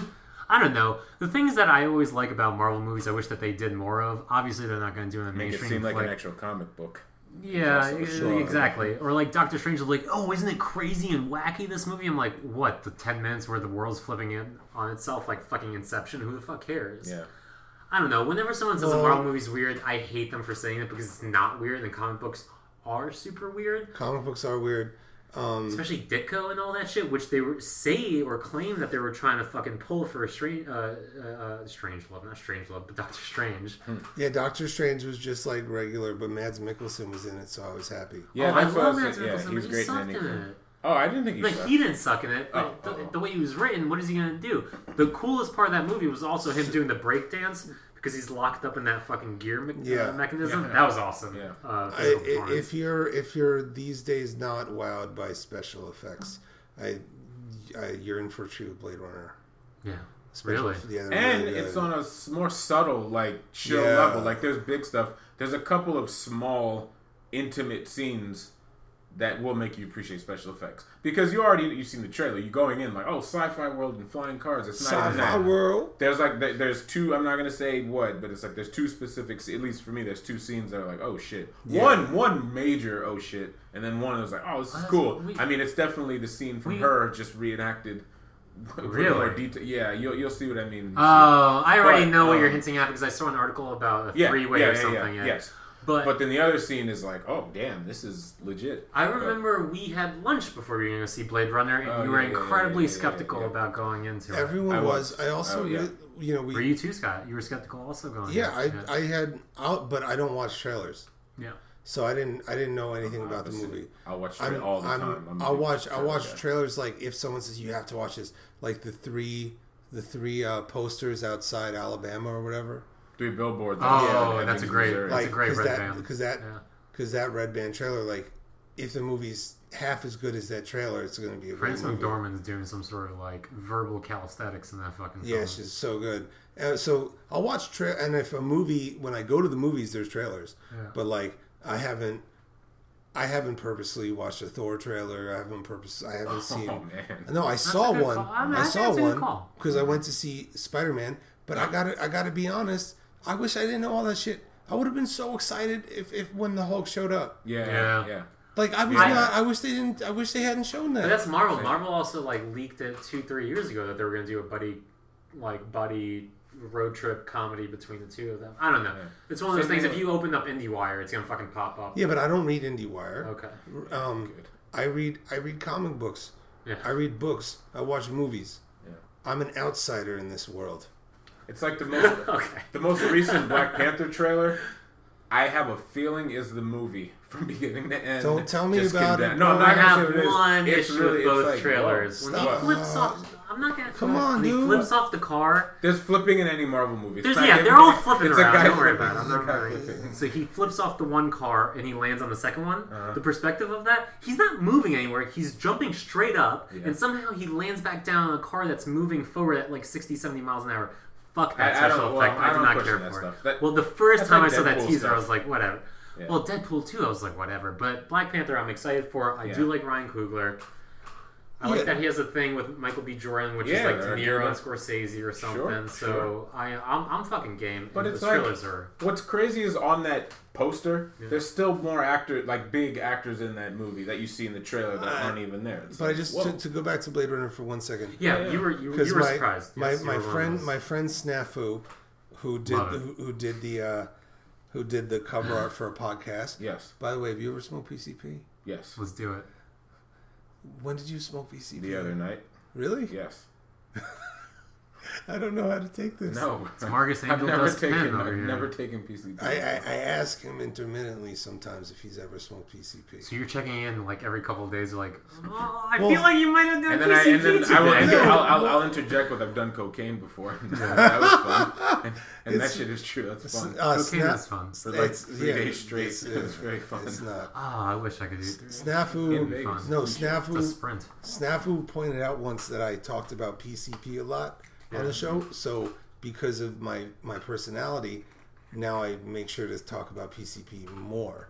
A: I don't know, the things that I always like about Marvel movies, I wish that they did more of. Obviously, they're not going to do it in a
B: Make it
A: mainstream
B: seem like an
A: flick.
B: actual comic book.
A: Yeah,
B: so
A: e-
B: sure.
A: exactly. Or like Doctor Strange was like, "Oh, isn't it crazy and wacky this movie?" I'm like, "What? The ten minutes where the world's flipping in on itself, like fucking Inception? Who the fuck cares?"
B: Yeah.
A: I don't know. Whenever someone says
C: Well-
A: a Marvel movie's weird, I hate them for saying it because it's not weird, and comic books are super weird,
C: Comic books are weird. Um,
B: Mm-hmm.
A: especially Ditko and all that shit, which they were say or claim that they were trying to fucking pull for a strange, uh, uh, uh, strange love, not strange love, but Doctor Strange.
B: Hmm.
A: Oh,
C: Yeah, Doctor Strange was just like regular, but Mads Mikkelsen was in it, so I was happy.
B: Yeah,
A: oh,
B: that's
A: I
B: what I
A: love
B: was
A: Mads
B: saying. Yeah,
A: Mikkelsen,
B: he
A: but
B: was
A: he
B: great in
A: sucked
B: anything.
A: in it.
B: Oh, I didn't think he
A: Like
B: sucked.
A: he didn't suck in it.
B: Oh,
A: But the,
B: oh.
A: the way he was written, what is he gonna do? The coolest part of that movie was also him doing the breakdance because he's locked up in that fucking gear me-
C: Yeah.
A: uh, mechanism.
B: Yeah.
A: That was awesome.
B: Yeah.
A: Uh,
C: I,
A: physical
C: i-
A: performance.
C: if you're if you're these days not wowed by special effects, I, I you're in for a treat with Blade Runner.
A: yeah,
C: Special-
A: really.
C: yeah, they're
B: and
C: really
B: it's
C: good.
B: on a s- more subtle, like chill
C: Yeah.
B: level. Like there's big stuff. There's a couple of small, intimate scenes that will make you appreciate special effects because you already you've seen the trailer. You're going in like, oh, sci-fi world and flying cars. It's not even
C: sci-fi
B: that.
C: world.
B: There's like there- there's two. I'm not gonna say what, but it's like there's two specific. At least for me, there's two scenes that are like, oh shit.
C: Yeah.
B: One one major oh shit, and then one is like, oh this is
A: that's-
B: cool.
A: we-
B: I mean, it's definitely the scene from
A: we-
B: her just reenacted. with
A: Really?
B: more detail. Yeah, you'll you'll see what I mean.
A: Oh, I already
B: But,
A: know what you're
B: um,
A: hinting at because I saw an article about a
B: yeah,
A: three-way
B: yeah,
A: or
B: yeah,
A: something.
B: yeah,
A: yeah.
B: Yes,
A: But,
B: but then the other scene is like, oh damn, this is legit.
A: I remember we had lunch before we were going to see Blade Runner, and
B: Oh,
A: you were
B: yeah, yeah, yeah,
A: incredibly
B: yeah, yeah,
A: skeptical
B: yeah.
A: about going into it.
C: Everyone
B: I
C: was.
B: was.
C: I also,
B: Oh, yeah.
C: re- you know, we
A: Were you too, Scott? You were skeptical also going.
C: yeah, I,
A: in.
C: I had out, but I don't watch trailers,
A: yeah.
C: so I didn't I didn't know anything about the
B: Obviously,
C: movie.
B: I'll watch
C: I'm,
B: it all the
C: I'm,
B: time. I'm a
C: I'll
B: big
C: watch I'll
B: trailer
C: watch
B: guy.
C: trailers like if someone says you have to watch this, like the three the three uh, posters outside Alabama or whatever,
B: three billboards.
A: Oh,
B: outside
A: that's a
B: Ebbings,
A: great-
B: Missouri.
A: That's a
C: like
A: great red
C: that
A: band.
C: because that
A: Yeah.
C: because that red band trailer, like if the movie's half as good as that trailer, it's going to be a great
A: Prince
C: movie.
A: McDormand's doing some sort of like verbal calisthenics in that fucking film.
C: Yeah, it's just so good. And so I'll watch tra- and if a movie when I go to the movies, there's trailers.
A: Yeah.
C: But like I haven't, I haven't purposely watched a Thor trailer. I haven't purpose. I haven't seen.
B: Oh man.
C: No, I
A: a
C: saw
A: good
C: one.
A: call. I'm- I
C: I
A: think
C: saw
A: that's a good
C: one
A: call.
C: because I went to see Spider Man. But I got to I got to be honest. I wish I didn't know all that shit. I would have been so excited if, if when the Hulk showed up.
B: Yeah,
A: Yeah.
B: yeah.
C: Like I was
A: Yeah.
C: not. I wish they didn't. I wish they hadn't shown
A: But
C: that.
A: that's Marvel. Marvel also like leaked it two, three years ago that they were going to do a buddy, like buddy road trip comedy between the two of them. I don't know. It's one of those
B: Same
A: things.
B: thing
A: If you open up IndieWire, it's going to fucking pop up.
C: Yeah, but I don't read IndieWire.
A: Okay.
C: Um,
B: Good.
C: I read I read comic books.
A: Yeah.
C: I read books. I watch movies.
B: Yeah.
C: I'm an outsider in this world.
B: It's like the most
A: Okay.
B: the most recent Black Panther trailer. I have a feeling is the movie from beginning to end.
C: Don't tell me
B: just
C: about it,
B: condemned. No, I'm
C: bro.
A: I
B: not
A: have
B: gonna say what it is.
A: one
B: It's
A: issue
B: really-
A: with
B: it's
A: both
B: like,
A: trailers.
B: whoa,
A: when he
B: stop.
A: flips off, I'm not gonna.
C: Come on,
A: when
C: dude.
A: He flips off the car.
B: There's flipping in any Marvel movie. It's
A: There's,
B: not
A: yeah,
B: even-
A: they're all flipping
B: it's a
A: around.
B: guy
A: Don't worry about
B: flipping.
A: it. I'm
B: It's a
A: not
B: guy
A: worriing.
B: flipping. Uh-huh.
A: So he flips off the one car and he lands on the second one. The perspective of that, he's not moving anywhere. He's jumping straight up,
B: Yeah.
A: and somehow he lands back down on a car that's moving forward at like 60, 70 miles an hour. Fuck that
B: I- I don't-
A: special
B: well,
A: effect.
B: I
A: I do
B: don't
A: not
B: question
A: care
B: that
A: for
B: stuff.
A: it.
B: That-
A: well, the first
B: that's
A: time I
B: like
A: saw that
B: Deadpool
A: teaser, I
B: stuff.
A: was like, whatever.
B: Yeah.
A: Well, Deadpool too, I was like, whatever. But Black Panther, I'm excited for. I
B: Yeah.
A: do like Ryan Coogler. I
C: Yeah.
A: like that he has a thing with Michael B. Jordan, which
B: Yeah,
A: is like
B: they're
A: De
B: doing
A: Niro and
B: that.
A: Scorsese or something. so
B: sure.
A: I, I'm, I'm fucking game.
B: But
A: and
B: it's
A: the
B: like-
A: thrillers are.
B: What's crazy is on that poster, there's still more actor, like big actors in that movie that you see in the trailer that
C: I-
B: aren't even there. It's
C: Uh, But I
B: like,
C: just
B: whoa.
C: to, to go back to Blade Runner for one second,
A: Yeah,
B: Yeah,
A: you were you,
C: because
A: you were
C: my
A: surprised.
C: my,
A: Yes, you
C: my
A: were one of
C: friend
A: those.
C: my friend Snafu, who did
A: Love it.
C: who, who did the uh, who did the cover art for a podcast.
B: Yes,
C: By the way, have you ever smoked PCP?
B: yes.
A: let's do it.
C: When did you smoke PCP?
B: The other night,
C: Really?
B: yes.
C: I don't know how to take this.
B: No, it's
A: Marcus
B: I've
A: Angel
B: never
A: Dust Pen
B: taken,
A: over
B: I've
A: here.
B: never taken PCP.
C: I, I, I ask him intermittently sometimes if he's ever smoked PCP.
A: So you're checking in like every couple of days. You're like, oh, I
C: Well,
A: feel like you might have done
B: And then, I,
A: PCP
B: and then I will,
A: today."
C: No.
B: I'll, I'll, I'll interject with I've done cocaine before. that was fun. And, and that
C: It's-
B: shit is true. That's fun.
C: Uh,
A: Cocaine
C: Sna-
A: is fun.
B: For like
C: it's-
B: three
C: yeah,
B: days straight.
C: it's-
B: It's, it was very fun.
C: It's not.
A: Oh, I wish I could do it.
B: In
C: Snafu.
B: Vegas.
C: No,
A: It's a
C: Snafu.
A: sprint.
C: Snafu pointed out once that I talked about PCP a lot on the show. So because of my my personality, now I make sure to talk about PCP more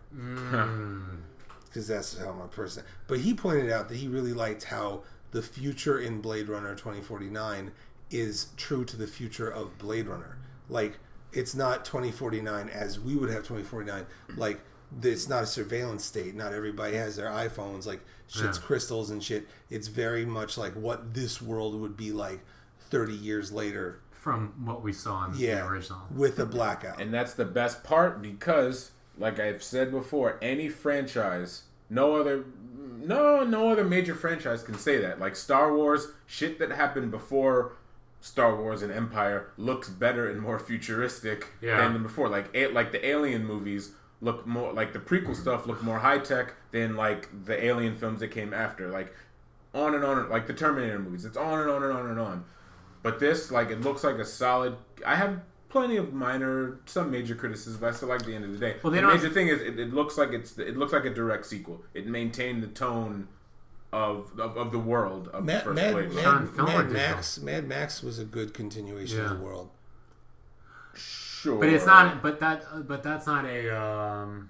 C: because that's how my person. But he pointed out that he really liked how the future in Blade Runner 2049 is true to the future of Blade Runner. Like it's not 2049 as we would have 2049. Like th- it's not a surveillance state. Not everybody has their iPhones. Like shit's
A: Yeah.
C: crystals and shit. It's very much like what this world would be like 30 years later.
A: From what we saw in
C: Yeah,
A: the original.
C: with a blackout.
B: And that's the best part because, like I've said before, any franchise, no other, no, no other major franchise can say that. Like Star Wars, shit that happened before Star Wars and Empire looks better and more futuristic
A: Yeah.
B: than the before. Like, a, like the Alien movies look more like the prequel stuff look more high tech than like the Alien films that came after. Like on and on, like the Terminator movies. It's on and on and on and on. But this, like, it looks like a solid. I have plenty of minor, some major criticisms, but I still like the end of the day.
A: Well, they
B: the
A: don't-
B: major thing is, it, it looks like it's it looks like a direct sequel. It maintained the tone of of, of the world of the
C: Mad,
B: first
C: Mad,
B: Blade.
A: Sean
C: Mad,
A: Film or
C: Mad
A: did
C: Max Mad Max was a good continuation
A: Yeah.
C: of the world.
B: sure,
A: But it's not. But that. uh, But that's not a. Um,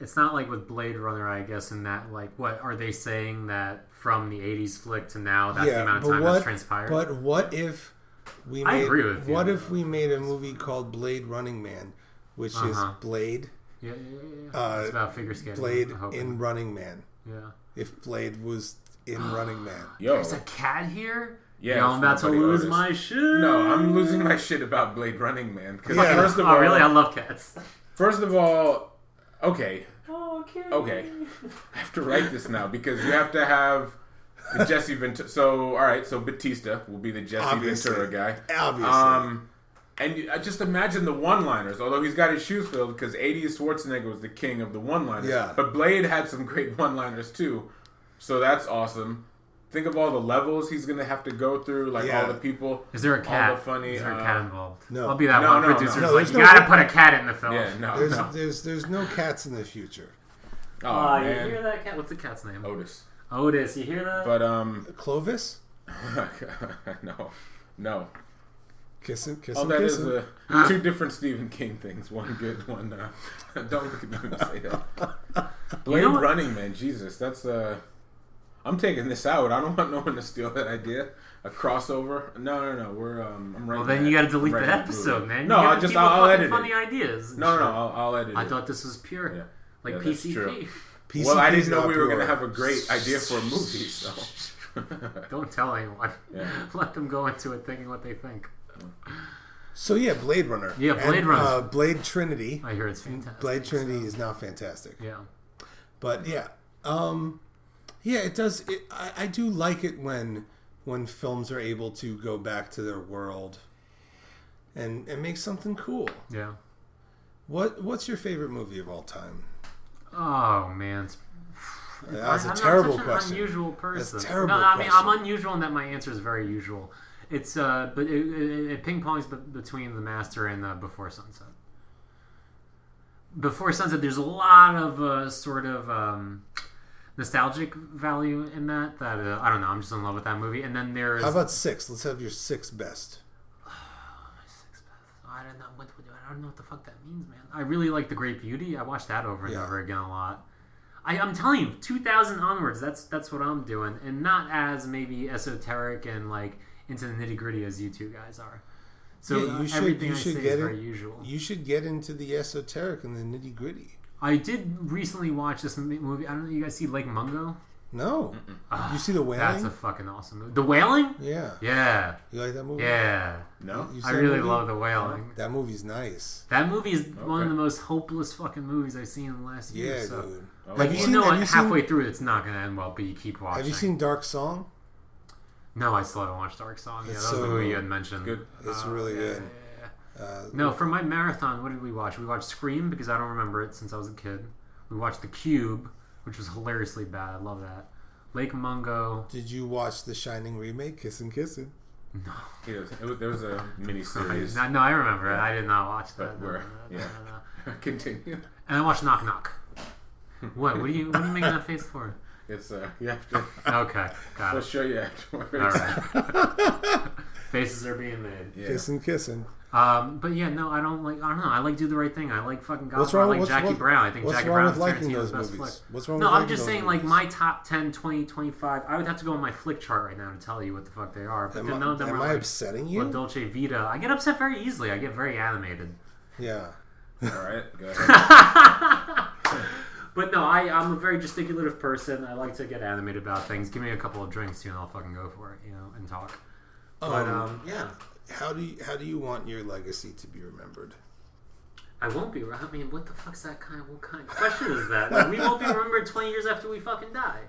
A: it's not like with Blade Runner, I guess. In that, like, what are they saying that from the '80s flick to now? That's the amount of time that's transpired.
C: But what if we made,
A: I agree with you.
C: What if we made a movie called Blade Running Man, which
A: Uh-huh.
C: is Blade
A: yeah, yeah, yeah, yeah.
C: uh,
A: it's about figure skating.
C: Blade
A: I hope.
C: in Running Man?
A: yeah.
C: If Blade was in Running Man,
B: Yo,
A: There's a cat here.
B: Yeah,
A: Yo, I'm about
B: it's
A: to
B: my buddy
A: lose
B: Otis.
A: my shit.
B: no, I'm losing my shit about Blade Running Man. Because
C: Yeah.
B: first of all,
A: oh, really? I love cats.
B: first of all, okay,
A: Oh, Okay.
B: Okay. I have to write this now because you have to have the Jesse Ventura. So, all right, so Batista will be the Jesse
C: Obviously.
B: Ventura guy.
C: obviously,
B: Um, and you, I just imagine the one-liners. Although he's got his shoes filled because 80s Schwarzenegger was the king of the one-liners.
C: Yeah.
B: But Blade had some great one-liners too, so that's awesome. Think of all the levels he's gonna have to go through, like
C: Yeah.
B: all the people.
A: Is there a cat?
B: All the funny.
A: Is there a
B: uh,
A: cat involved?
C: no.
A: I'll be that
B: No,
A: one
B: no, no.
A: producer.
B: No,
A: who's like,
C: there's
A: you
C: no-
A: gotta put a cat in the film.
B: Yeah, no,
C: there's
B: no.
C: there's there's no cats in the future.
B: Oh
A: Aw, Ah, you hear
B: man,
A: that cat? What's the cat's name?
B: Otis.
A: Otis. You hear that?
B: But um,
C: Clovis,
B: no, no.
C: kiss him, kiss
B: Oh,
C: him,
B: that
C: kiss
B: is
C: him.
B: uh,
A: Ah.
B: two different Stephen King things. One good, one. Uh, don't look at me and say that. Blade
A: know what-
B: Running Man, Jesus, that's. Uh, I'm taking this out. I don't want no one to steal that idea. A crossover? No, no, no. We're. Um, I'm right.
A: well, then you gotta delete the episode, man.
B: No,
A: you
B: I'll
A: gotta
B: just.
A: give
B: I'll, I'll
A: fucking
B: edit it.
A: funny ideas. and
B: No, no,
A: shit.
B: no. I'll, I'll edit
A: I
B: it.
A: thought this was pure,
B: Yeah.
A: like
B: Yeah, that's true.
A: PCP.
C: PCP
B: well, I didn't
C: is
B: know
C: not
B: we were gonna
C: pure.
B: have a great idea for a movie. So.
A: Don't tell anyone.
B: Yeah.
A: Let them go into it thinking what they think.
C: So yeah, Blade Runner.
A: Yeah, Blade Runner.
C: Uh, Blade Trinity.
A: I hear it's fantastic.
C: Blade Trinity is now fantastic.
A: Yeah.
C: but yeah um yeah it does it, I, I do like it when when films are able to go back to their world and and make something cool
A: Yeah.
C: what what's your favorite movie of all time
A: Oh man, it's-
C: that's
A: I'm
C: a
A: not
C: terrible
A: such an
C: question
A: Unusual person.
C: terrible
A: no, I mean I'm
C: question.
A: unusual in that my answer is very usual. It's uh, but it, it, it ping pongs be- between the master and uh, before sunset. Before sunset, there's a lot of uh, sort of um, nostalgic value in that. That uh, I don't know. I'm just in love with that movie. And then there's
C: how about six let's have your six best
A: I don't know what I don't know what the fuck that means, man. I really like The Great Beauty. I watched that over and
C: Yeah.
A: over again a lot. I, I'm telling you, 2000 onwards, that's that's what I'm doing, and not as maybe esoteric and like into the nitty gritty as you two guys are. So
C: Yeah, you
A: uh,
C: should-
A: everything
C: you
A: I
C: should
A: say
C: get
A: is
C: it.
A: very usual.
C: you should get into the esoteric and the nitty gritty
A: I did recently watch this m- movie. I don't know. You guys see Lake Mungo?
C: no you see the
A: That's
C: wailing
A: a fucking awesome movie. The Wailing?
C: yeah
A: Yeah,
C: you like that movie
A: yeah.
B: No.
C: You see
A: I
C: that
A: really
C: movie?
A: love The Wailing.
C: that movie's nice
A: That movie is one of
B: Okay.
A: the most hopeless fucking movies I've seen in the last year.
C: yeah
A: or so.
C: dude
B: Okay.
C: have you
A: you
C: seen
A: know
C: have
A: it
C: you
A: halfway
C: seen,
A: through it's not gonna end well, but you keep watching.
C: have you seen dark song
A: No, I still haven't watched Dark Song. Yeah, that was
C: It's
A: the
C: so-
A: movie you had mentioned.
B: Good.
C: it's
A: Oh,
C: really good uh,
A: No, for my marathon, what did we watch? We watched Scream because I don't remember it since I was a kid. We watched The Cube, which was hilariously bad. I love that. Lake Mungo.
C: Did you watch the Shining remake, Kissin' Kissin'?
B: It was, it was, there was a mini
A: I
B: series.
A: did not- no, I remember it. I did not watch that.
B: But we're-
A: No, no, no, no, no.
B: Continue.
A: And I watched Knock Knock. What? What are you? What are you making that face for?
B: It's uh, you have to.
A: Okay, got
B: I'll
A: it.
B: show you afterwards.
A: All right. Faces are being made.
B: Yeah.
C: Kissin' Kissin'.
A: Um, but yeah, no, I don't like. I don't know. I like do the right thing. I like fucking God.
C: What's
A: I
C: wrong-
A: like
C: what's-
A: Jackie
C: what-
A: Brown. I think
C: what's
A: Jackie
C: wrong
A: Brown
C: with
A: is
C: liking
A: Tarantino's
C: those
A: best
C: movies?
A: flick.
C: What's wrong
A: No,
C: with
A: I'm
C: liking
A: just
C: those
A: saying, like
C: movies?
A: my top 10, 20, 25. I would have to go on my flick chart right now to tell you what the fuck they are. But
C: Am,
A: then none of
C: I,
A: them
C: am
A: are
C: I
A: like
C: upsetting
A: La
C: you?
A: Dolce Vita. I get upset very easily. I get very animated.
C: Yeah.
B: All right. Go ahead.
A: But no, I, I'm a very gesticulative person. I like to get animated about things. Give me a couple of drinks, too, and I'll fucking go for it, you know, and talk. But
C: Um,
A: um, yeah,
C: How do you how do you want your legacy to be remembered?
A: I won't be. I mean, what the fuck's that kind? What kind of question is that? Like, we won't be remembered 20 years after we fucking die.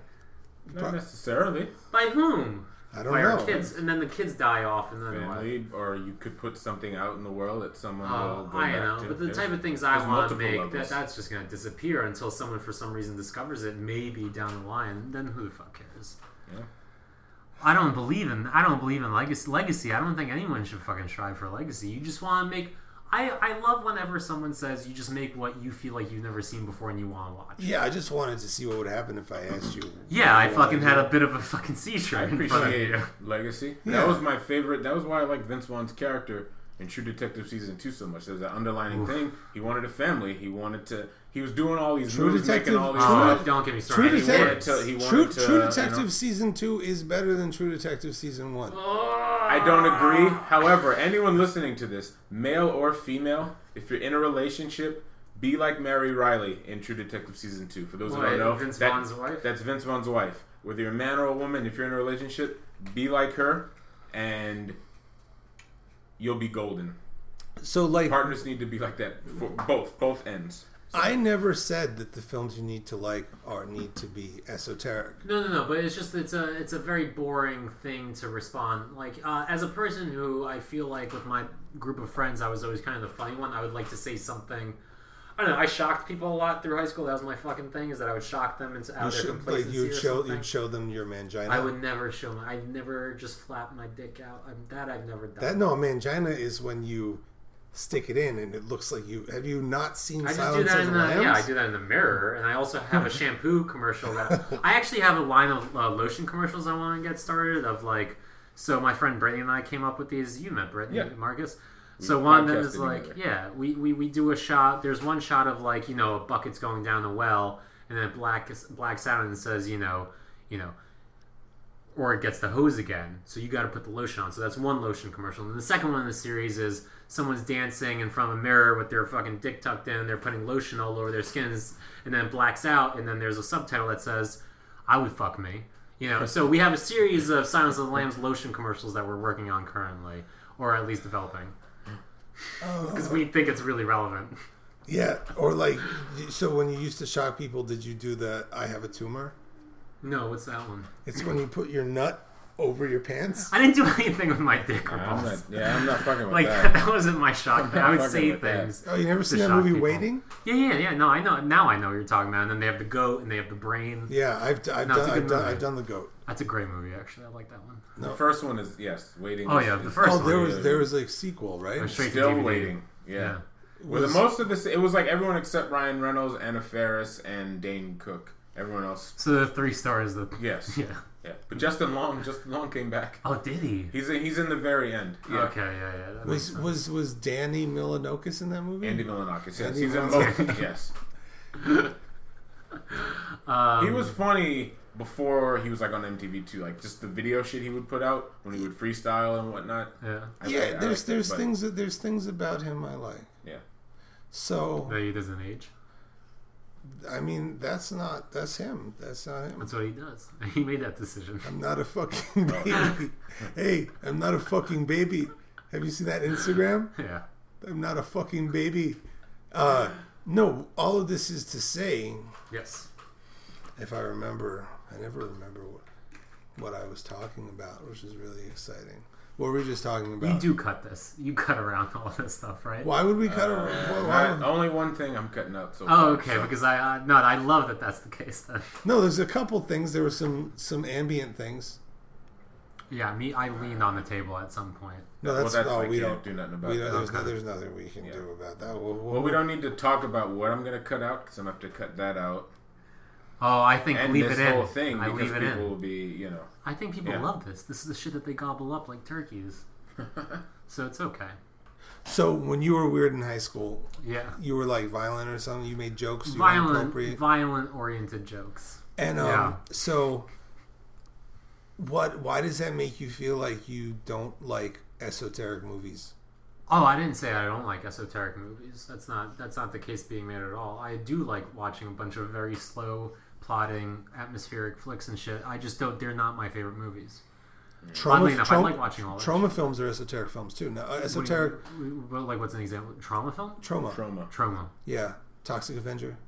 B: Not necessarily.
A: By whom?
C: I don't
A: By
C: know.
A: our kids, and then the kids die off, and then what?
B: Family, or you could put something out in the world that someone will
A: Oh,
B: go
A: I
B: back
A: know,
B: to.
A: but the
B: There's-
A: type of things I
B: there's
A: want to
B: multiple
A: make that
B: levels.
A: that's just gonna disappear until someone for some reason discovers it, maybe down the line. Then who the fuck cares?
B: Yeah.
A: I don't believe in I don't believe in legacy. Legacy. I don't think anyone should fucking strive for legacy. You just want to make. I I love whenever someone says you just make what you feel like you've never seen before and you want to watch.
C: Yeah, I just wanted to see what would happen if I asked you.
A: Yeah, I
C: what
A: fucking
C: wanted
A: had
C: to
A: a bit of a fucking seizure.
B: I
A: in front of
B: appreciate
A: you.
B: Legacy.
C: Yeah.
B: That was my favorite. That was why I like Vince Vaughn's character in True Detective season two so much. There's that underlining thing. He wanted a family. He wanted to. He was doing all these
C: True
B: moves,
C: Detective-
B: making all these.
C: True
A: Oh,
B: stuff.
A: don't get me
C: True
A: started.
B: He wanted
C: Detective.
B: to. He wanted
C: True,
B: to.
C: True
B: you know-
C: Detective season two is better than True Detective season one.
A: Oh!
B: I don't agree. However, anyone listening to this, male or female, if you're in a relationship, be like Mary Riley in True Detective season two. For those
A: Wait,
B: who don't know,
A: Vince
B: that-
A: Vaughn's wife?
B: That's Vince Vaughn's wife. Whether you're a man or a woman, if you're in a relationship, be like her, and you'll be golden.
C: So like,
B: Partners need to be like that for both both ends.
C: I never said that the films you need to like are need to be esoteric.
A: No, no, no. But it's just it's a it's a very boring thing to respond. Like uh, as a person who I feel like with my group of friends, I was always kind of the funny one. I would like to say something. I don't know. I shocked people a lot through high school. That was my fucking thing. Is that I would shock them into out
C: You
A: of their
C: should, like
A: complacency
C: you'd
A: or
C: show
A: something.
C: you'd show them your mangina.
A: I would never show my. I never just flap my dick out. I'm, that I've never done.
C: That no, mangina is when you stick it in and it looks like you. Have you not seen
A: I just do
C: Silence
A: that
C: of
A: in
C: the
A: the
C: Lambs?
A: yeah. I do that in the mirror, and I also have a shampoo commercial that I actually have a line of uh, lotion commercials I want to get started of like. So my friend Brittany and I came up with these. You met Brittany,
B: Yeah.
A: Marcus. So one of them is
B: podcasted
A: like,
B: together.
A: yeah, we, we we do a shot. There's one shot of like you know a bucket's going down a well, and then it black blacks out and says you know you know or it gets the hose again. So you got to put the lotion on. So that's one lotion commercial. And the second one in the series is someone's dancing in front of a mirror with their fucking dick tucked in. They're putting lotion all over their skins, and then it blacks out. And then there's a subtitle that says, "I would fuck me." You know. So we have a series of Silence of the Lambs lotion commercials that we're working on currently, or at least developing, because we think it's really relevant.
C: Yeah, or like, so when you used to shock people, did you do the "I have a tumor"?
A: No, what's that one?
C: It's when you put your nut over your pants.
A: I didn't do anything with my dick or
B: I'm
A: balls.
B: not, yeah, I'm not fucking with
A: Like
B: that.
A: that wasn't my shock.
B: not
A: I would
B: fucking
A: say
B: with that.
A: things.
C: Oh, you never seen that
A: shock
C: movie
A: people.
C: Waiting?
A: Yeah, yeah, yeah. No, I know now. I know what you're talking about. And then they have the goat and they have the brain.
C: Yeah, I've, d- I've,
A: No, it's
C: done,
A: a
C: I've,
A: good
C: done,
A: movie.
C: I've done the goat.
A: That's a great movie, actually. I like that one.
B: The first one is yes, waiting.
A: Oh
B: is-
A: yeah, the
B: is
A: first
C: Oh,
A: one.
C: there
B: yeah,
C: was
B: yeah.
C: there was like sequel, right?
A: Went straight to
B: still
A: DVD.
B: waiting.
A: Yeah.
B: yeah. Well, the most of this, it was like everyone except Ryan Reynolds, Anna Faris, and Dane Cook. Everyone else,
A: So the three stars. The
B: yes,
A: yeah.
B: yeah. But Justin Long, Justin Long came back.
A: Oh, did he?
B: He's in, he's in the very end. Yeah.
A: Okay, yeah, yeah. that makes
C: was
A: sense.
C: was was Danny Milanokis in that movie?
B: Andy Milanakis. Yes,
C: Andy
B: he's in
C: Milonakis.
B: both. yes,
A: Um,
B: he was funny before he was like on MTV too. Like just the video shit he would put out when he would freestyle and whatnot.
A: Yeah.
B: I
C: yeah,
B: like- I
C: there's
B: like that,
C: there's
B: but-
C: things that there's things about him I like.
B: Yeah,
C: So
A: That he doesn't age.
C: I mean, that's not that's him. That's not him.
A: That's what he does. He made that decision.
C: I'm not a fucking baby. hey, I'm not a fucking baby. Have you seen that Instagram?
A: Yeah.
C: I'm not a fucking baby. Uh, no, all of this is to say,
A: Yes.
C: if I remember, I never remember what, what I was talking about, which is really exciting. What were we just talking about?
A: You do cut this. You cut around all this stuff, right?
C: Why would we cut a? Why, why,
B: Uh, Right, only one thing I'm cutting out. So
A: Oh,
B: far,
A: okay.
B: so-
A: Because I uh, no, I love that that's the case. Then.
C: No, there's a couple things. There were some some ambient things.
A: Yeah. Me, I leaned on the table at some point.
C: No,
B: well,
C: that's,
B: that's
C: no,
B: like,
C: we
B: you
C: don't.
B: do nothing about.
C: We
B: that.
C: don't there's, no,
A: Okay.
C: there's nothing we can do about that. We'll, we'll,
B: Well, we don't need to talk about what I'm gonna cut out because I'm gonna have to cut that out.
A: Oh, I think
B: And
A: leave
B: this
A: it in.
B: whole thing
A: I
B: because
A: leave it
B: people
A: in.
B: will be, you know.
A: I think people
B: Yeah.
A: love this. This is the shit that they gobble up like turkeys. so it's okay.
C: So when you were weird in high school,
A: Yeah.
C: you were like violent or something. You made jokes. You were
A: Violent,
C: inappropriate.
A: violent oriented jokes.
C: And um,
A: Yeah.
C: so, what? Why does that make you feel like you don't like esoteric movies?
A: Oh, I didn't say I don't like esoteric movies. That's not that's not the case being made at all. I do like watching a bunch of very slow, plotting, atmospheric flicks and shit. I just don't. They're not my favorite movies.
C: Trauma,
A: Oddly enough, I
C: trauma,
A: like watching all that.
C: trauma films are esoteric films too. Now, uh,
A: What do
C: esoteric
A: you- what- like what's an example? Trauma film?
C: trauma.
B: Trauma.
A: Trauma.
C: Yeah, Toxic Avenger.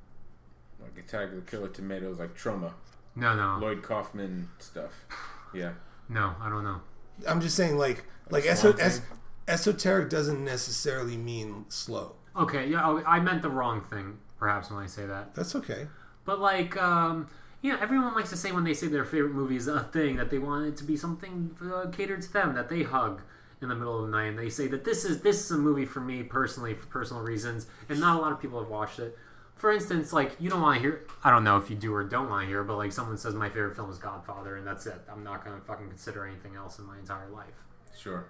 B: Like Attack of the Killer Tomatoes, like trauma.
A: No, no,
B: Lloyd Kaufman stuff. Yeah.
A: no. I don't know.
C: I'm just saying, like, like
B: Like
C: eso-
B: Swamp
C: es-
B: Thing?
C: esoteric doesn't necessarily mean slow.
A: oh, Okay, yeah, I I meant the wrong thing perhaps when I say that.
C: That's okay.
A: But like, um, you know, everyone likes to say when they say their favorite movie is a thing that they want it to be something uh, catered to them that they hug in the middle of the night and they say that this is this is a movie for me personally for personal reasons and not a lot of people have watched it. For instance, like you don't want to hear I don't know if you do or don't want to hear, but like someone says my favorite film is Godfather and that's it. I'm not going to fucking consider anything else in my entire life.
B: Sure.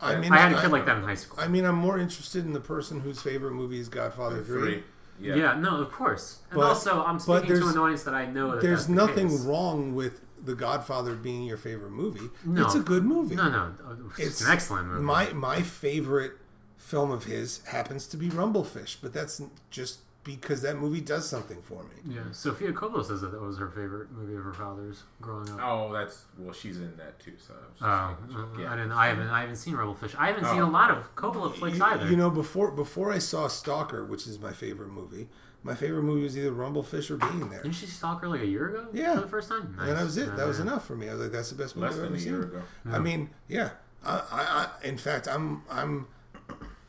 C: I mean,
A: I had a kid like that in high school.
C: I mean, I'm more interested in the person whose favorite movie is Godfather Three.
B: Three. Yeah.
A: Yeah. no, of course. And
C: But-
A: also, I'm
C: but
A: speaking to
C: there's-
A: an audience that I know that that's
C: There's
A: the
C: nothing
A: case.
C: wrong with The Godfather being your favorite movie.
A: No.
C: It's a good movie.
A: No, no, it's, an excellent movie.
C: My my favorite film of his happens to be Rumblefish, but that's just because that movie does something for me.
A: yeah, Sophia Coppola says that that was her favorite movie of her father's growing up.
B: Oh, that's well. She's in that too. So. I was just
A: Oh,
B: making sure.
A: uh,
B: yeah.
A: I didn't. I haven't. I haven't seen Rebel Fish. I haven't seen
B: Oh.
A: a lot of Coppola flicks
C: You,
A: either.
C: you know, before before I saw Stalker, which is my favorite movie, my favorite movie was either Rumblefish or Being There.
A: Didn't she stalk her like a year ago?
C: Yeah.
A: for the first time.
C: And that
A: Nice.
C: was it.
A: Yeah,
C: That was
A: yeah.
C: enough for me. I was like, that's the best movie
B: Less
C: I've
B: than
C: ever
B: a
C: seen.
B: year ago.
C: I mean, yeah. I, I, I, in fact, I'm, I'm,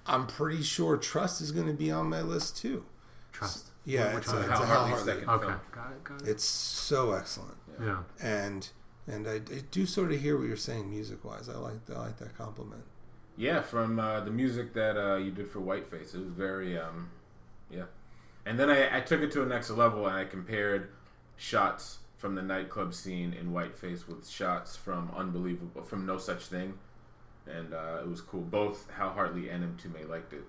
C: I'm pretty sure Trust is going to be on my list too.
A: Trust.
C: Yeah,
A: Which
C: it's a,
A: one?
C: it's a
A: Hal
C: Hal
B: Hartley's
C: Hartley.
B: second.
A: Okay,
B: film.
A: got it. Got it.
C: It's so excellent,
A: yeah.
C: and and I, I do sort of hear what you're saying music wise. I like I like that compliment.
B: Yeah, from uh, the music that uh, you did for Whiteface, it was very, um, yeah. And then I, I took it to a next level, and I compared shots from the nightclub scene in Whiteface with shots from Unbelievable, from No Such Thing, and uh, it was cool. Both Hal Hartley and M. Tume liked it,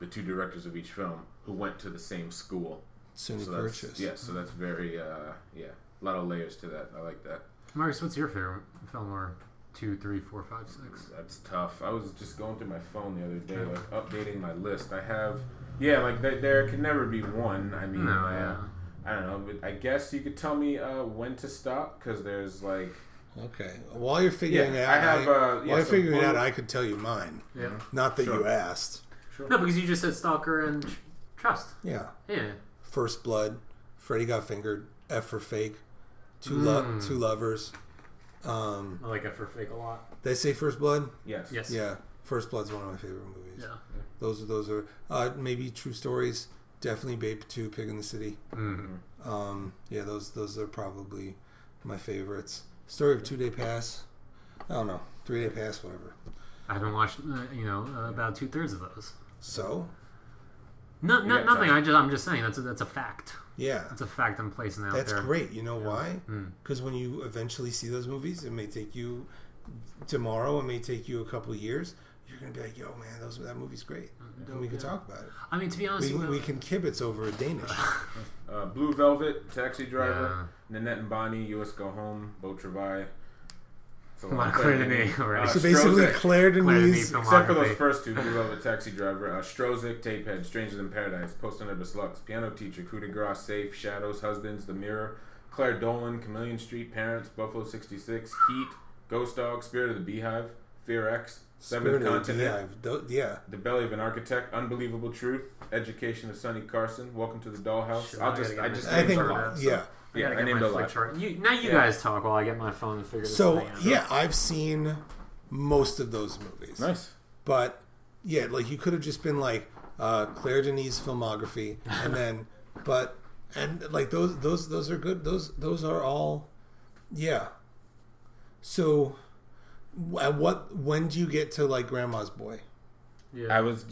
B: the two directors of each film who went to the same school.
C: SUNY
B: So that's
C: Purchase.
B: yeah, so that's very uh, yeah, a lot of layers to that. I like that.
A: Marius, what's your favorite film? Or two, three, four, five, six.
B: That's tough. I was just going through my phone the other day, like updating my list. I have, yeah, like there, there can never be one. I mean,
A: No,
B: uh,
A: yeah.
B: I don't know. But I guess you could tell me uh, when to stop because there's like,
C: Okay. While you're figuring
B: Yeah,
C: it
B: I
C: out,
B: have, uh, yeah,
C: while you're
B: so
C: figuring it
B: one-
C: out, I could tell you mine.
A: Yeah.
C: Not that you
B: Sure.
C: asked.
A: No, because you just said stalker and tr- trust.
C: Yeah.
A: Yeah.
C: First Blood, Freddy Got Fingered, F for Fake, Two
B: Hmm.
C: Lo- Two Lovers. Um,
A: I like it for fake a lot.
C: did I say First Blood?
B: yes,
A: Yes.
C: Yeah, First Blood's one of my favorite movies.
A: Yeah.
C: Those are those are uh, maybe True Stories. Definitely Babe Two, Pig in the City.
A: Mhm.
C: Um, yeah, those those are probably my favorites. Story of Two Day Pass. I don't know, Three Day Pass, whatever.
A: I haven't watched, uh, you know, uh, about two thirds of those.
C: So
A: No, no,
B: Yeah,
A: nothing.
B: exactly.
A: I just, I'm just saying that's a, that's a fact.
C: yeah,
A: That's a fact I'm placing out
C: that's
A: there.
C: great. You know why? Because when you eventually see those movies, it may take you tomorrow. It may take you a couple of years. You're gonna be like, yo, man, those that movie's great. And we can talk about it.
A: I mean, to be honest,
C: We,
A: well,
C: we can kibitz over a Danish.
B: Uh, Blue Velvet, Taxi Driver, Nanette and Bonnie, U.S. Go Home, Beau Travail. It's a
A: Lot of Claire Denis, right.
C: so basically,
B: Strozik.
C: Claire
A: Claire Denis
C: Denis.
B: Except
A: filmography.
B: for those first two, Blue Velvet Taxi Driver, uh, Strozik, Tapehead, Strangers in Paradise, Post Under the Slugs, Piano Teacher, Coup de Grace, Safe, Shadows, Husbands, The Mirror, Claire Dolan, Chameleon Street, Parents, Buffalo 66, Heat, Ghost Dog, Spirit of the Beehive, Fear X, Seventh
C: Spirit of the
B: Continent,
C: Beehive. Tho- Yeah,
B: The Belly of an Architect, Unbelievable Truth, Education of Sonny Carson, Welcome to the Dollhouse.
A: Shit, I
B: I'll
A: gotta
B: just,
A: get
B: I
A: my-
B: just
C: I
B: named
C: think.
B: a lot. so-
C: Yeah.
A: I
B: yeah,
A: gotta
B: I
A: get
B: named
A: my
B: a
A: flick
B: lot.
A: chart. You, now you
B: Yeah.
A: guys talk while I get my phone and figure this
C: So
A: thing out.
C: yeah, I've seen most of those movies.
B: Nice.
C: But yeah, like you could have just been like uh, Claire Denis filmography, and then but and like those those those are good. Those those are all yeah. So w- at what when do you get to like Grandma's Boy?
A: Yeah.
B: I was,